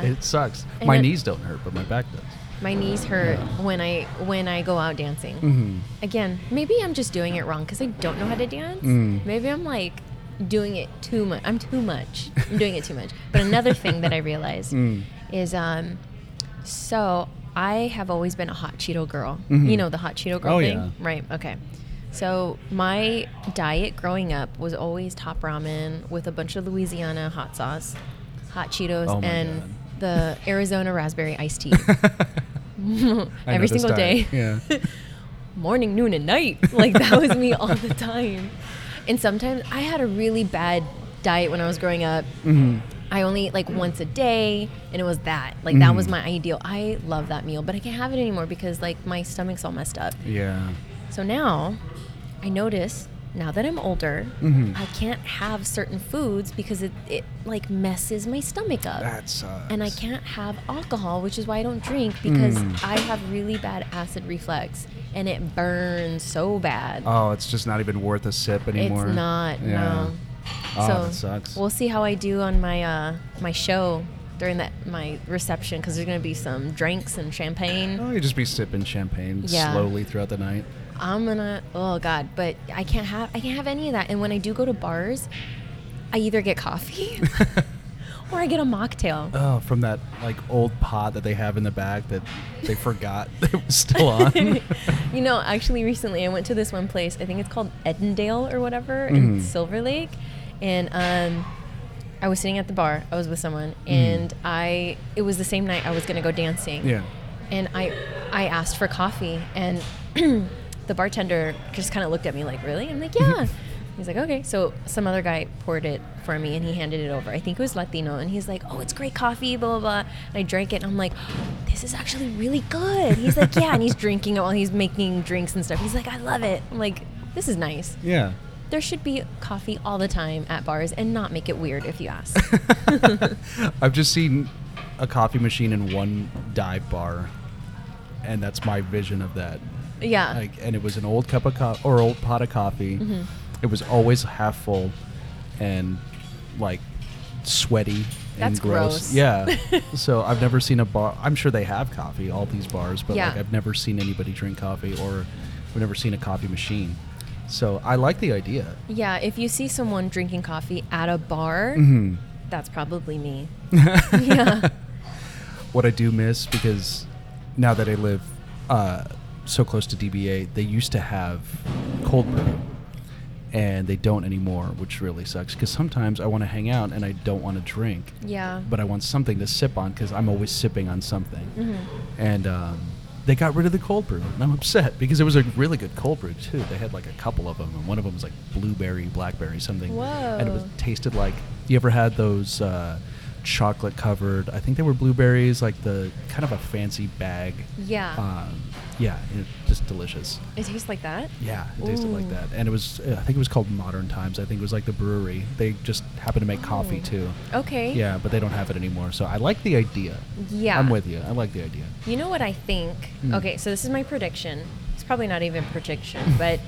[SPEAKER 1] it sucks.
[SPEAKER 2] And
[SPEAKER 1] my
[SPEAKER 2] it-
[SPEAKER 1] knees don't hurt, but my back does.
[SPEAKER 2] My knees hurt
[SPEAKER 1] Yeah.
[SPEAKER 2] when I when I go out dancing.
[SPEAKER 1] Mm-hmm.
[SPEAKER 2] Again, maybe I'm just doing it wrong because I don't know how to dance.
[SPEAKER 6] Mm.
[SPEAKER 2] Maybe I'm like doing it too much. I'm too much. I'm doing it too much. But another thing that I realized
[SPEAKER 6] Mm.
[SPEAKER 2] is um, so I have always been a hot Cheeto girl.
[SPEAKER 6] Mhm.
[SPEAKER 2] You know the hot Cheeto girl
[SPEAKER 1] Oh,
[SPEAKER 2] thing,
[SPEAKER 1] yeah.
[SPEAKER 2] right? Okay. So my diet growing up was always top ramen with a bunch of Louisiana hot sauce, hot Cheetos,
[SPEAKER 1] Oh, my
[SPEAKER 2] and
[SPEAKER 1] God.
[SPEAKER 2] the Arizona raspberry iced tea.
[SPEAKER 1] I
[SPEAKER 2] every
[SPEAKER 1] know this
[SPEAKER 2] single day.
[SPEAKER 1] diet. Yeah.
[SPEAKER 2] Morning, noon, and night. Like that was me all the time. And sometimes I had a really bad diet when I was growing up.
[SPEAKER 6] Mm-hmm.
[SPEAKER 2] I only ate like once a day, and it was that. Like that was my ideal. I love that meal, but I can't have it anymore because like my stomach's all messed up.
[SPEAKER 1] Yeah.
[SPEAKER 2] So now, I notice now that I'm older,
[SPEAKER 1] Mhm.
[SPEAKER 2] I can't have certain foods because it, it like messes my stomach up.
[SPEAKER 1] That sucks.
[SPEAKER 2] Uh, and I can't have alcohol, which is why I don't drink because
[SPEAKER 1] Mm.
[SPEAKER 2] I have really bad acid reflux and it burns so bad.
[SPEAKER 1] Oh, it's just not even worth a sip anymore.
[SPEAKER 2] It's not. No.
[SPEAKER 1] Oh,
[SPEAKER 2] so
[SPEAKER 1] that sucks.
[SPEAKER 2] we'll see how I do on my uh, my show during that my reception because there's gonna be some drinks and champagne.
[SPEAKER 1] Oh, you just be sipping champagne
[SPEAKER 2] Yeah.
[SPEAKER 1] slowly throughout the night.
[SPEAKER 2] I'm gonna oh god, but I can't have I can't have any of that. And when I do go to bars, I either get coffee or I get a mocktail.
[SPEAKER 1] Oh, from that like old pot that they have in the back that they forgot it was still on.
[SPEAKER 2] You know, actually, recently I went to this one place. I think it's called Edendale or whatever
[SPEAKER 1] Mhm.
[SPEAKER 2] in Silver Lake, and um, I was sitting at the bar. I was with someone,
[SPEAKER 1] Mm-hmm.
[SPEAKER 2] and I it was the same night I was gonna go dancing.
[SPEAKER 1] yeah.
[SPEAKER 2] And I I asked for coffee, and the bartender just kind of looked at me like, "Really?" I'm like, "Yeah." He's like, "Okay." So some other guy poured it for me, and he handed it over. I think it was Latino, and he's like, "Oh, it's great coffee." Blah blah blah. And I drank it, and I'm like. This is actually really good. He's like, yeah, and he's drinking it while he's making drinks and stuff. He's like, I love it. I'm like, this is nice.
[SPEAKER 1] Yeah.
[SPEAKER 2] There should be coffee all the time at bars and not make it weird if you ask.
[SPEAKER 1] I've just seen a coffee machine in one dive bar, and that's my vision of that.
[SPEAKER 2] yeah. Mm-hmm.
[SPEAKER 1] Like, and it was an old cup of coffee or old pot of coffee. It was always half full, and like sweaty
[SPEAKER 2] That's
[SPEAKER 1] and gross.
[SPEAKER 2] gross.
[SPEAKER 1] Yeah. so I've never seen a bar. I'm sure they have coffee, all these bars, but
[SPEAKER 2] Yeah.
[SPEAKER 1] like I've never seen anybody drink coffee, or I've never seen a coffee machine. So I like the idea.
[SPEAKER 2] yeah, if you see someone drinking coffee at a bar,
[SPEAKER 1] Hmm.
[SPEAKER 2] that's probably me. yeah.
[SPEAKER 1] what I do miss because now that I live uh, so close to DBA, they used to have cold brew, and they don't anymore, which really sucks. Because sometimes I want to hang out and I don't want to drink,
[SPEAKER 2] Yeah.
[SPEAKER 1] but uh, I want something to sip on because I'm always sipping on something.
[SPEAKER 2] Mhm.
[SPEAKER 1] And um, they got rid of the cold brew, and I'm upset because it was a really good cold brew too. They had like a couple of them, and one of them was like blueberry, blackberry, something, and it was
[SPEAKER 2] Whoa.
[SPEAKER 1] tasted like you ever had those uh, chocolate covered i think they were blueberries like the kind of a fancy bag
[SPEAKER 2] Yeah.
[SPEAKER 1] um, yeah it, just delicious
[SPEAKER 2] it tastes like that?
[SPEAKER 1] yeah it tasted like
[SPEAKER 2] Ooh.
[SPEAKER 1] that and it was uh, i think it was called modern times i think it was like the brewery they just happen to make coffee
[SPEAKER 2] Oh.
[SPEAKER 1] too
[SPEAKER 2] Okay.
[SPEAKER 1] yeah but they don't have it anymore so i like the idea
[SPEAKER 2] Yeah.
[SPEAKER 1] i'm with you i like the idea
[SPEAKER 2] You know what I think?
[SPEAKER 1] Hmm.
[SPEAKER 2] Okay, so this is my prediction. It's probably not even prediction,
[SPEAKER 1] Mm.
[SPEAKER 2] but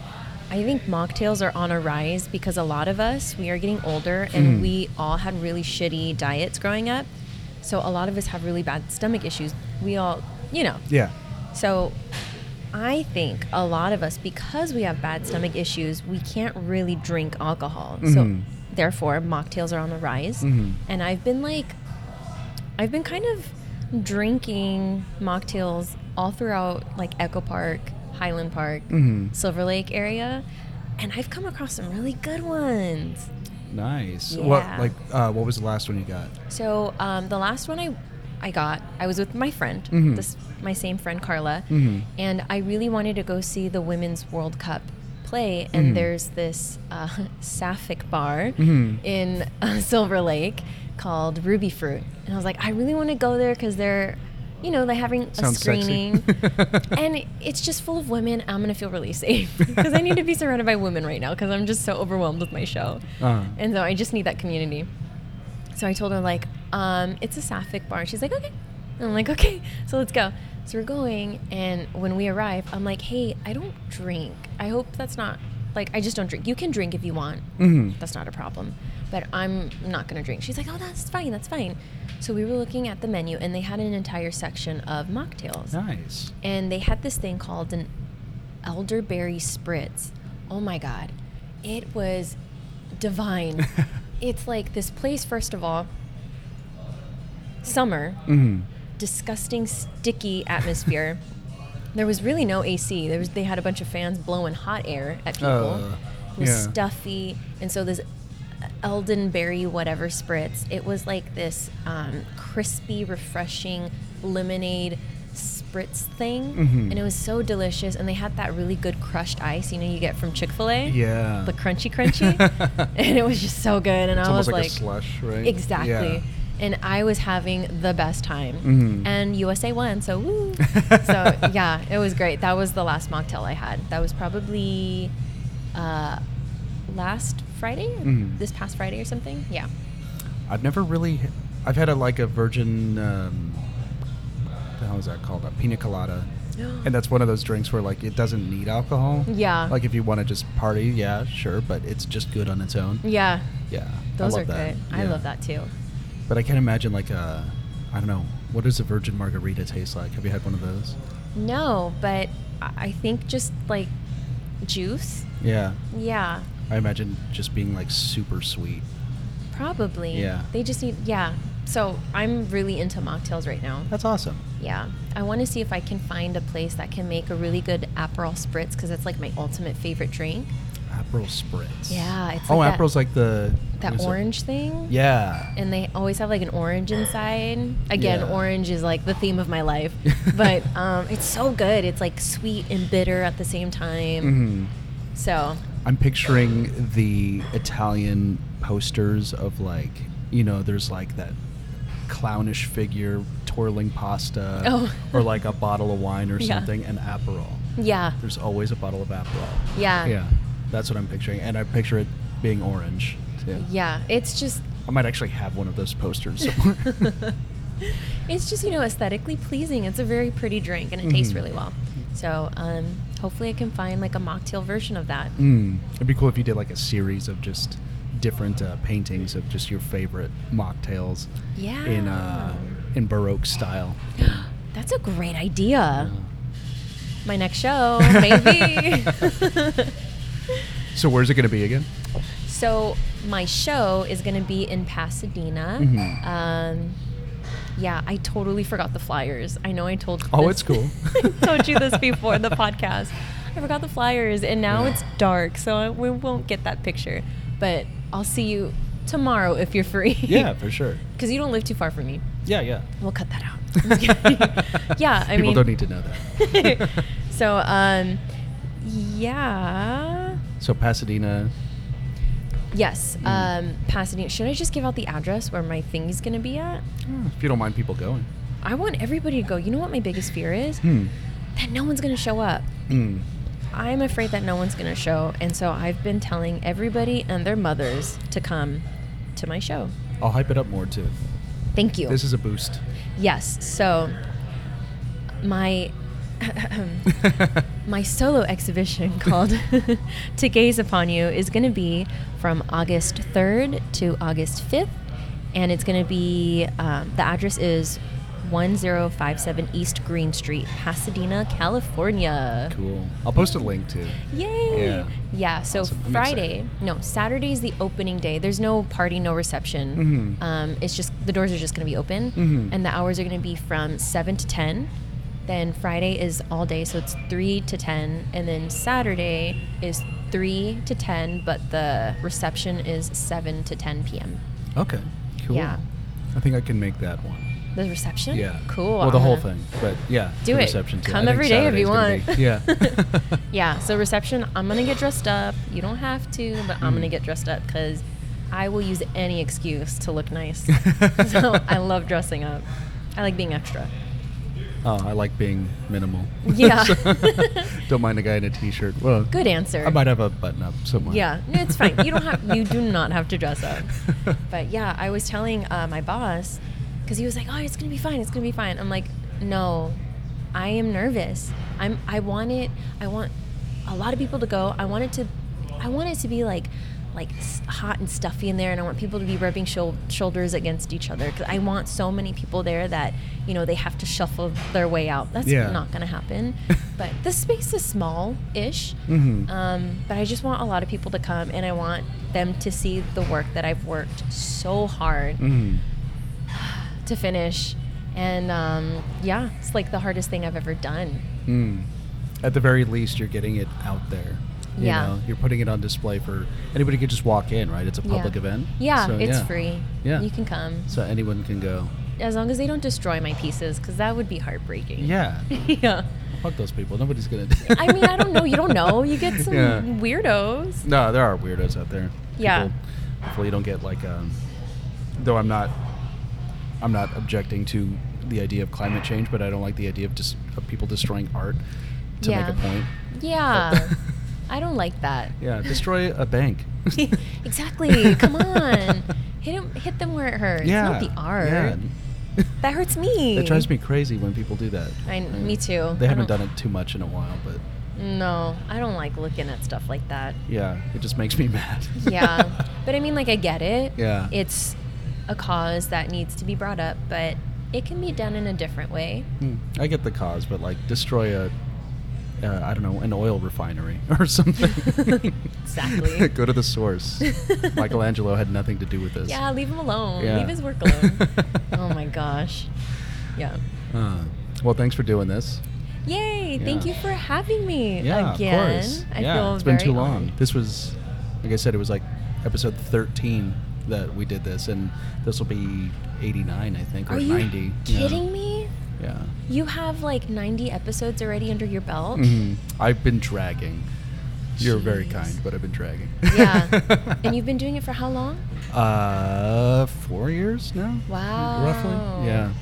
[SPEAKER 2] I think mocktails are on a rise because a lot of us, we are getting older and
[SPEAKER 1] Hmm.
[SPEAKER 2] we all had really shitty diets growing up. So a lot of us have really bad stomach issues. We all, you know.
[SPEAKER 1] yeah
[SPEAKER 2] So I think a lot of us, because we have bad stomach issues, we can't really drink alcohol.
[SPEAKER 1] Mhm.
[SPEAKER 2] So therefore, mocktails are on the rise.
[SPEAKER 1] Mhm.
[SPEAKER 2] And I've been like, I've been kind of drinking mocktails all throughout like Echo Park, Highland Park,
[SPEAKER 1] Mhm.
[SPEAKER 2] Silver Lake area. And I've come across some really good ones.
[SPEAKER 1] nice what
[SPEAKER 2] Yeah.
[SPEAKER 1] like uh, what was the last one you got
[SPEAKER 2] So um, the last one I, I got, I was with my friend,
[SPEAKER 1] Mhm.
[SPEAKER 2] this my same friend Carla,
[SPEAKER 1] Mhm.
[SPEAKER 2] and I really wanted to go see the Women's World Cup play. And
[SPEAKER 1] Mhm.
[SPEAKER 2] there's this uh, sapphic bar
[SPEAKER 1] Mhm.
[SPEAKER 2] in uh, Silver Lake called Ruby Fruit, and I was like, I really want to go there because they're, you know, they're having a screening. And it- it's just full of women. I'm gonna feel really safe because I need to be surrounded by women right now because I'm just so overwhelmed with my show.
[SPEAKER 1] Uh-huh.
[SPEAKER 2] And so I just need that community. So I told her like, um, it's a sapphic bar. She's like, okay. And I'm like, okay. So let's go. So we're going, and when we arrive, I'm like, hey, I don't drink. I hope that's not like I just don't drink. You can drink if you want.
[SPEAKER 1] Mhm.
[SPEAKER 2] That's not a problem. But I'm not gonna drink. She's like, oh, that's fine. That's fine. So we were looking at the menu, and they had an entire section of mocktails
[SPEAKER 1] nice
[SPEAKER 2] and they had this thing called an elderberry spritz. Oh my god, it was divine. it's like this place first of all summer,
[SPEAKER 1] Mhm.
[SPEAKER 2] disgusting sticky atmosphere. there was really no AC. There was they had a bunch of fans blowing hot air at people.
[SPEAKER 1] Uh,
[SPEAKER 2] it was
[SPEAKER 1] yeah.
[SPEAKER 2] stuffy and so this eldenberry whatever spritz it was like this um, crispy refreshing lemonade spritz thing
[SPEAKER 1] Mhm.
[SPEAKER 2] and it was so delicious and they had that really good crushed ice you know you get from chick-fil-a
[SPEAKER 1] yeah
[SPEAKER 2] the crunchy crunchy and it was just so good and
[SPEAKER 1] it's
[SPEAKER 2] i was
[SPEAKER 1] almost like,
[SPEAKER 2] like,
[SPEAKER 1] a slush right
[SPEAKER 2] exactly
[SPEAKER 1] Yeah.
[SPEAKER 2] and i was having the best time
[SPEAKER 1] Mhm.
[SPEAKER 2] and usa won so woo so yeah, it was great. That was the last mocktail I had. That was probably uh, last Friday,
[SPEAKER 1] Mhm.
[SPEAKER 2] this past Friday or something. Yeah.
[SPEAKER 1] I've never really. I've had a like a virgin. Um, what the hell is that called? A pina colada. And that's one of those drinks where like it doesn't need alcohol.
[SPEAKER 2] Yeah.
[SPEAKER 1] Like if you want to just party, yeah, sure, but it's just good on its own.
[SPEAKER 2] Yeah.
[SPEAKER 1] Yeah. I
[SPEAKER 2] Those
[SPEAKER 1] love
[SPEAKER 2] are
[SPEAKER 1] that.
[SPEAKER 2] good. I
[SPEAKER 1] Yeah.
[SPEAKER 2] love that too.
[SPEAKER 1] But I can't imagine like a. I don't know. What does a virgin margarita taste like? Have you had one of those?
[SPEAKER 2] No, but I I think just like juice.
[SPEAKER 1] Yeah.
[SPEAKER 2] Yeah.
[SPEAKER 1] I imagine just being like super sweet.
[SPEAKER 2] Probably.
[SPEAKER 1] Yeah.
[SPEAKER 2] They just need, yeah. So I'm really into mocktails right now.
[SPEAKER 1] That's awesome.
[SPEAKER 2] Yeah. I want to see if I can find a place that can make a really good Aperol spritz because that's like my ultimate favorite drink.
[SPEAKER 1] Aperol spritz.
[SPEAKER 2] Yeah, it's
[SPEAKER 1] oh,
[SPEAKER 2] like that-
[SPEAKER 1] Aperol's like the what
[SPEAKER 2] That
[SPEAKER 1] is it?
[SPEAKER 2] orange thing.
[SPEAKER 1] Yeah.
[SPEAKER 2] And they always have like an orange inside. Again,
[SPEAKER 1] Yeah.
[SPEAKER 2] orange is like the theme of my life. but um, it's so good. It's like sweet and bitter at the same
[SPEAKER 1] hmm
[SPEAKER 2] time. So,
[SPEAKER 1] I'm picturing the Italian posters of like, you know, there's like that clownish figure twirling pasta
[SPEAKER 2] Oh.
[SPEAKER 1] or like a bottle of wine or
[SPEAKER 2] Yeah.
[SPEAKER 1] something and Aperol.
[SPEAKER 2] yeah.
[SPEAKER 1] There's always a bottle of Aperol.
[SPEAKER 2] Yeah.
[SPEAKER 1] Yeah. That's what I'm picturing. And I picture it being orange. too.
[SPEAKER 2] Yeah. It's just
[SPEAKER 1] I might actually have one of those posters somewhere.
[SPEAKER 2] It's just, you know, aesthetically pleasing. It's a very pretty drink and it tastes
[SPEAKER 1] Mhm.
[SPEAKER 2] really well. So, um, hopefully, I can find like a mocktail version of that.
[SPEAKER 1] Mm. It'd be cool if you did like a series of just different uh, paintings of just your favorite mocktails
[SPEAKER 2] Yeah.
[SPEAKER 1] in uh, in Baroque style.
[SPEAKER 2] That's a great idea. My next show, maybe.
[SPEAKER 1] Yeah. So where's it going to be again?
[SPEAKER 2] so, my show is going to be in Pasadena.
[SPEAKER 1] Mhm.
[SPEAKER 2] Um, yeah, I totally forgot the flyers. I know I told.
[SPEAKER 1] Oh,
[SPEAKER 2] this-
[SPEAKER 1] it's cool.
[SPEAKER 2] I told you this before the podcast. I forgot the flyers, and now
[SPEAKER 1] Yeah.
[SPEAKER 2] it's dark, so I- we won't get that picture. But I'll see you tomorrow if you're free.
[SPEAKER 1] Yeah, for sure.
[SPEAKER 2] because you don't live too far from me.
[SPEAKER 1] Yeah, yeah.
[SPEAKER 2] We'll cut that out. I'm just kidding. yeah, I
[SPEAKER 1] people
[SPEAKER 2] mean,
[SPEAKER 1] don't need to know that.
[SPEAKER 2] so, um, yeah.
[SPEAKER 1] so Pasadena.
[SPEAKER 2] Yes,
[SPEAKER 1] Mm.
[SPEAKER 2] um, Pasadena. Should I just give out the address where my thing is going to be at?
[SPEAKER 1] eh, If you don't mind people going.
[SPEAKER 2] I want everybody to go. You know what my biggest fear is?
[SPEAKER 1] Hmm.
[SPEAKER 2] That no one's going to show up.
[SPEAKER 1] Mm.
[SPEAKER 2] I'm afraid that no one's going to show. And so I've been telling everybody and their mothers to come to my show.
[SPEAKER 1] I'll hype it up more too.
[SPEAKER 2] Thank you.
[SPEAKER 1] This is a boost.
[SPEAKER 2] yes. So my my solo exhibition called To Gaze Upon You is going to be from August 3rd to August 5th. And it's going to be, um, the address is 1057 East Green Street, Pasadena, California.
[SPEAKER 1] cool. I'll post a link too.
[SPEAKER 2] Yay!
[SPEAKER 1] Yeah.
[SPEAKER 2] Yeah, so
[SPEAKER 1] Awesome. I'm
[SPEAKER 2] Friday,
[SPEAKER 1] excited.
[SPEAKER 2] no, Saturday is the opening day. There's no party, no reception.
[SPEAKER 1] Mhm.
[SPEAKER 2] Um, it's just, the doors are just going to be open,
[SPEAKER 1] Mhm.
[SPEAKER 2] and the hours are going to be from 7 to 10. Then Friday is all day, so it's 3 to 10. And then Saturday is 3 to 10, but the reception is 7 to 10 p.m.
[SPEAKER 1] Okay. Cool.
[SPEAKER 2] Yeah.
[SPEAKER 1] I think I can make that one.
[SPEAKER 2] The reception?
[SPEAKER 1] Yeah.
[SPEAKER 2] Cool. uh-huh.
[SPEAKER 1] Well, the
[SPEAKER 2] I'm
[SPEAKER 1] whole
[SPEAKER 2] gonna-
[SPEAKER 1] thing, but yeah.
[SPEAKER 2] Do
[SPEAKER 1] the
[SPEAKER 2] it.
[SPEAKER 1] Reception too.
[SPEAKER 2] Come
[SPEAKER 1] I think
[SPEAKER 2] every day if you
[SPEAKER 1] Saturday's gonna
[SPEAKER 2] want.
[SPEAKER 1] be- yeah.
[SPEAKER 2] Yeah, so reception, I'm gonna get dressed up. You don't have to, but I'm gonna get dressed up because I will use any excuse to look nice. so I love dressing up. I like being extra.
[SPEAKER 1] Oh, I like being minimal.
[SPEAKER 2] Yeah.
[SPEAKER 1] don't mind a guy in a t-shirt. Well,
[SPEAKER 2] Good answer.
[SPEAKER 1] I might have a button up somewhere.
[SPEAKER 2] Yeah, no, it's fine. You don't have, you do not have to dress up. But yeah, I was telling uh, my boss because he was like, "Oh, it's gonna be fine. It's gonna be fine." I'm like, "No, I am nervous. I'm. I want it. I want a lot of people to go. I want it to. I want it to be like." Like s- hot and stuffy in there, and I want people to be rubbing shou- shoulders against each other because I want so many people there that you know they have to shuffle their way out. That's
[SPEAKER 1] Yeah.
[SPEAKER 2] not going to happen. but the space is small-ish,
[SPEAKER 1] Mhm.
[SPEAKER 2] um, but I just want a lot of people to come and I want them to see the work that I've worked so hard
[SPEAKER 1] Mm.
[SPEAKER 2] to finish. And um, yeah, it's like the hardest thing I've ever done.
[SPEAKER 1] Mm. At the very least, you're getting it out there. You
[SPEAKER 2] Yeah.
[SPEAKER 1] Know? You're putting it on display for anybody could just walk in, right? It's a public
[SPEAKER 2] yeah.
[SPEAKER 1] event.
[SPEAKER 2] Yeah,
[SPEAKER 1] So,
[SPEAKER 2] it's free.
[SPEAKER 1] Yeah.
[SPEAKER 2] You can come.
[SPEAKER 1] So anyone can go.
[SPEAKER 2] As long as they don't destroy my pieces, because that would be heartbreaking.
[SPEAKER 1] Yeah.
[SPEAKER 2] yeah.
[SPEAKER 1] Fuck those people. Nobody's gonna.
[SPEAKER 2] I mean, I don't know. You don't know. You get some
[SPEAKER 1] Yeah.
[SPEAKER 2] weirdos.
[SPEAKER 1] No, there are weirdos out there.
[SPEAKER 2] Yeah.
[SPEAKER 1] People- hopefully, you don't get like. Um, though I'm not. I'm not objecting to the idea of climate change, but I don't like the idea of just of people destroying art to
[SPEAKER 2] Yeah.
[SPEAKER 1] make a point.
[SPEAKER 2] Yeah. I don't like that.
[SPEAKER 1] Yeah, destroy a bank.
[SPEAKER 2] exactly. Come on. Hit, 'em- hit them where it hurts,
[SPEAKER 1] yeah.
[SPEAKER 2] not the art.
[SPEAKER 1] Yeah.
[SPEAKER 2] That hurts me.
[SPEAKER 1] That drives me crazy when people do that.
[SPEAKER 2] I- me too.
[SPEAKER 1] They
[SPEAKER 2] I
[SPEAKER 1] haven't
[SPEAKER 2] don't-
[SPEAKER 1] done it too much in a while, but
[SPEAKER 2] No, I don't like looking at stuff like that.
[SPEAKER 1] yeah, it just makes me mad.
[SPEAKER 2] Yeah. but I mean, like, I get it.
[SPEAKER 1] Yeah.
[SPEAKER 2] It's a cause that needs to be brought up, but it can be done in a different way.
[SPEAKER 1] Hmm, I get the cause, but like destroy a, uh, I don't know, an oil refinery or something.
[SPEAKER 2] Exactly.
[SPEAKER 1] Go to the source. Michelangelo had nothing to do with this.
[SPEAKER 2] Yeah, leave him alone.
[SPEAKER 1] Yeah.
[SPEAKER 2] Leave his work alone. oh my gosh. Yeah.
[SPEAKER 1] Uh, well, thanks for doing this.
[SPEAKER 2] Yay! Thank
[SPEAKER 1] Yeah.
[SPEAKER 2] you for having me
[SPEAKER 1] Yeah,
[SPEAKER 2] again.
[SPEAKER 1] of course.
[SPEAKER 2] I
[SPEAKER 1] yeah,
[SPEAKER 2] feel
[SPEAKER 1] it's been
[SPEAKER 2] very
[SPEAKER 1] too long.
[SPEAKER 2] honored.
[SPEAKER 1] This was, like I said, it was like episode 13 that we did this, and this will be 89, I think, or
[SPEAKER 2] Are
[SPEAKER 1] 90.
[SPEAKER 2] you
[SPEAKER 1] yeah.
[SPEAKER 2] kidding me?
[SPEAKER 1] Yeah.
[SPEAKER 2] You have like 90 episodes already under your belt.
[SPEAKER 1] Mhm. I've been dragging. You're very
[SPEAKER 2] Jeez.
[SPEAKER 1] kind, but I've been dragging.
[SPEAKER 2] Yeah. and you've been doing it for how long?
[SPEAKER 1] Uh, four years now.
[SPEAKER 2] Wow.
[SPEAKER 1] Roughly. Yeah.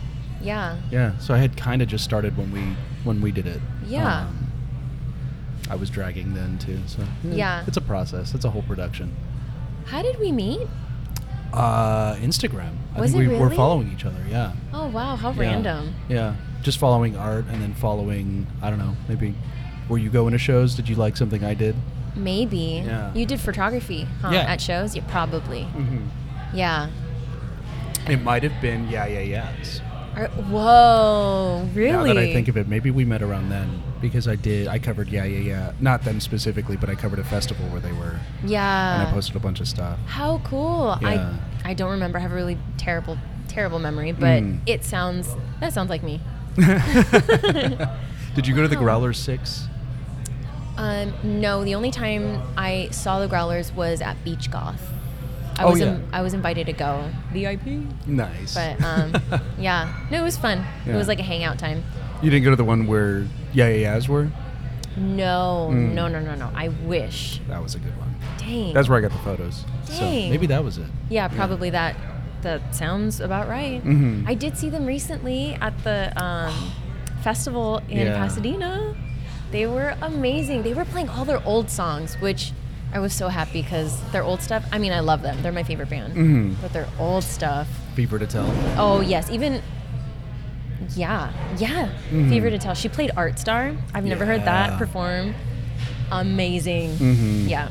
[SPEAKER 2] Yeah.
[SPEAKER 1] Yeah. So I had kind of just started when we when we did it.
[SPEAKER 2] Yeah.
[SPEAKER 1] Um, I was dragging then too. So
[SPEAKER 2] Yeah.
[SPEAKER 1] it's a process. It's a whole production.
[SPEAKER 2] How did we meet?
[SPEAKER 1] Uh, Instagram. I
[SPEAKER 2] Was
[SPEAKER 1] think
[SPEAKER 2] it
[SPEAKER 1] we were
[SPEAKER 2] really?
[SPEAKER 1] following each other. Yeah.
[SPEAKER 2] Oh wow, how
[SPEAKER 1] Yeah.
[SPEAKER 2] random.
[SPEAKER 1] Yeah. Just following art and then following. I don't know. Maybe. Were you going to shows? Did you like something I did?
[SPEAKER 2] Maybe.
[SPEAKER 1] Yeah.
[SPEAKER 2] You did photography, huh?
[SPEAKER 1] Yeah.
[SPEAKER 2] At shows? Yeah, probably.
[SPEAKER 1] Mm-hmm.
[SPEAKER 2] Yeah.
[SPEAKER 1] It might have been yeah yeah yeahs.
[SPEAKER 2] Are- whoa, really?
[SPEAKER 1] Now that I think of it, maybe we met around then because I did. I covered yeah yeah yeah. Not them specifically, but I covered a festival where they were, and I
[SPEAKER 2] Yeah.
[SPEAKER 1] posted a bunch of stuff.
[SPEAKER 2] How cool.
[SPEAKER 1] Yeah.
[SPEAKER 2] I I don't remember. I have a really terrible terrible memory, but
[SPEAKER 1] Mm.
[SPEAKER 2] it sounds that sounds like me.
[SPEAKER 1] did you go to the
[SPEAKER 2] Wow.
[SPEAKER 1] Growler Six?
[SPEAKER 2] Um, no, the only time I saw the growlers was at Beach Goth. I
[SPEAKER 1] Oh,
[SPEAKER 2] was
[SPEAKER 1] yeah.
[SPEAKER 2] in- I was invited to go. VIP.
[SPEAKER 1] Nice.
[SPEAKER 2] But um, yeah. No, it was fun.
[SPEAKER 1] Yeah.
[SPEAKER 2] It was like a hangout time.
[SPEAKER 1] you didn't go to the one where yeah yeah yeahs were.
[SPEAKER 2] No,
[SPEAKER 1] Mm.
[SPEAKER 2] no, no, no, no. I wish.
[SPEAKER 1] That was a good one.
[SPEAKER 2] Dang.
[SPEAKER 1] That's where I got the photos. So
[SPEAKER 2] Dang.
[SPEAKER 1] maybe that was it.
[SPEAKER 2] Yeah, probably that. That sounds about right.
[SPEAKER 1] Mhm.
[SPEAKER 2] I did see them recently at the um, festival in
[SPEAKER 1] Yeah.
[SPEAKER 2] Pasadena. They were amazing. They were playing all their old songs, which I was so happy because their old stuff. I mean, I love them. They're my favorite band.
[SPEAKER 1] Mhm.
[SPEAKER 2] But their old stuff.
[SPEAKER 1] Fever to tell.
[SPEAKER 2] Oh yes, even. Yeah, yeah.
[SPEAKER 1] Mhm.
[SPEAKER 2] Fever to Tell. She played Art Star. I've never heard
[SPEAKER 1] Yeah.
[SPEAKER 2] that perform. Amazing.
[SPEAKER 1] Mhm.
[SPEAKER 2] Yeah.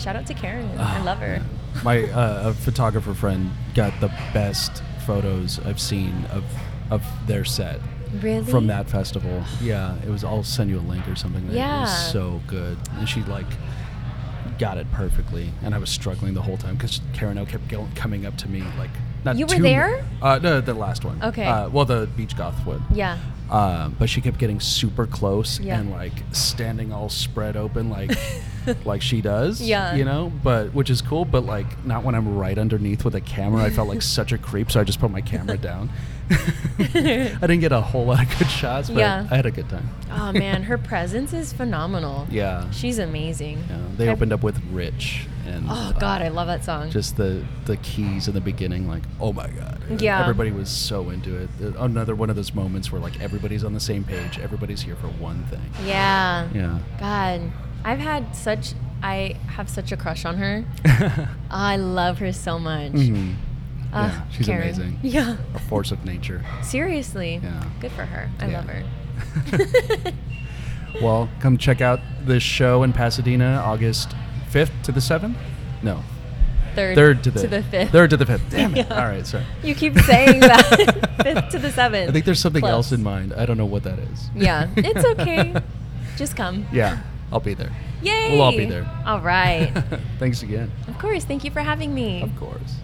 [SPEAKER 2] Shout out to Karen.
[SPEAKER 1] Ah,
[SPEAKER 2] I love her.
[SPEAKER 1] My uh, a photographer friend got the best photos I've seen of of their set
[SPEAKER 2] Really?
[SPEAKER 1] from that festival. Yeah, it was. I'll send you a link or something. it
[SPEAKER 2] Yeah.
[SPEAKER 1] was so good, and she like got it perfectly. And I was struggling the whole time because Karen O kept go- coming up to me like. Not
[SPEAKER 2] You were
[SPEAKER 1] to me-
[SPEAKER 2] there?
[SPEAKER 1] Uh, no, the last one.
[SPEAKER 2] Okay.
[SPEAKER 1] Uh, well, the Beach Goth one.
[SPEAKER 2] Yeah.
[SPEAKER 1] Um, but she kept getting super close
[SPEAKER 2] Yeah.
[SPEAKER 1] and like standing all spread open like like she does.
[SPEAKER 2] Yeah.
[SPEAKER 1] You know, but which is cool, but like not when I'm right underneath with a camera. I felt like such a creep, so I just put my camera down. I didn't get a whole lot of good shots, but
[SPEAKER 2] Yeah.
[SPEAKER 1] I had a good time.
[SPEAKER 2] Oh man, her presence is phenomenal.
[SPEAKER 1] Yeah.
[SPEAKER 2] She's amazing.
[SPEAKER 1] Yeah, they
[SPEAKER 2] I-
[SPEAKER 1] opened up with Rich and
[SPEAKER 2] Oh god, I love that song.
[SPEAKER 1] just the the keys in the beginning like oh my god
[SPEAKER 2] Yeah.
[SPEAKER 1] everybody was so into it another one of those moments where like everybody's on the same page everybody's here for one thing
[SPEAKER 2] yeah.
[SPEAKER 1] yeah
[SPEAKER 2] God, I've had such I have such a crush on her. I love her so much.
[SPEAKER 1] Mhm.
[SPEAKER 2] Ah,
[SPEAKER 1] yeah, she's
[SPEAKER 2] Karen.
[SPEAKER 1] amazing.
[SPEAKER 2] Yeah.
[SPEAKER 1] A force of nature.
[SPEAKER 2] Seriously.
[SPEAKER 1] Yeah.
[SPEAKER 2] Good for her. I
[SPEAKER 1] Yeah.
[SPEAKER 2] love her.
[SPEAKER 1] Well, come check out this show in Pasadena, August 5th to the 7th? No.
[SPEAKER 2] Third,
[SPEAKER 1] 3rd to the,
[SPEAKER 2] fifth.
[SPEAKER 1] 3rd to the 5th. Damn it.
[SPEAKER 2] Yeah.
[SPEAKER 1] All right, sorry.
[SPEAKER 2] You keep saying that. fifth to the seventh.
[SPEAKER 1] I think there's something else
[SPEAKER 2] Close.
[SPEAKER 1] in mind. I don't know what that is.
[SPEAKER 2] Yeah, it's okay. Just come.
[SPEAKER 1] yeah, I'll be there.
[SPEAKER 2] Yay!
[SPEAKER 1] We'll all be there.
[SPEAKER 2] All right.
[SPEAKER 1] Thanks again.
[SPEAKER 2] of course. Thank you for having me.
[SPEAKER 1] Of course.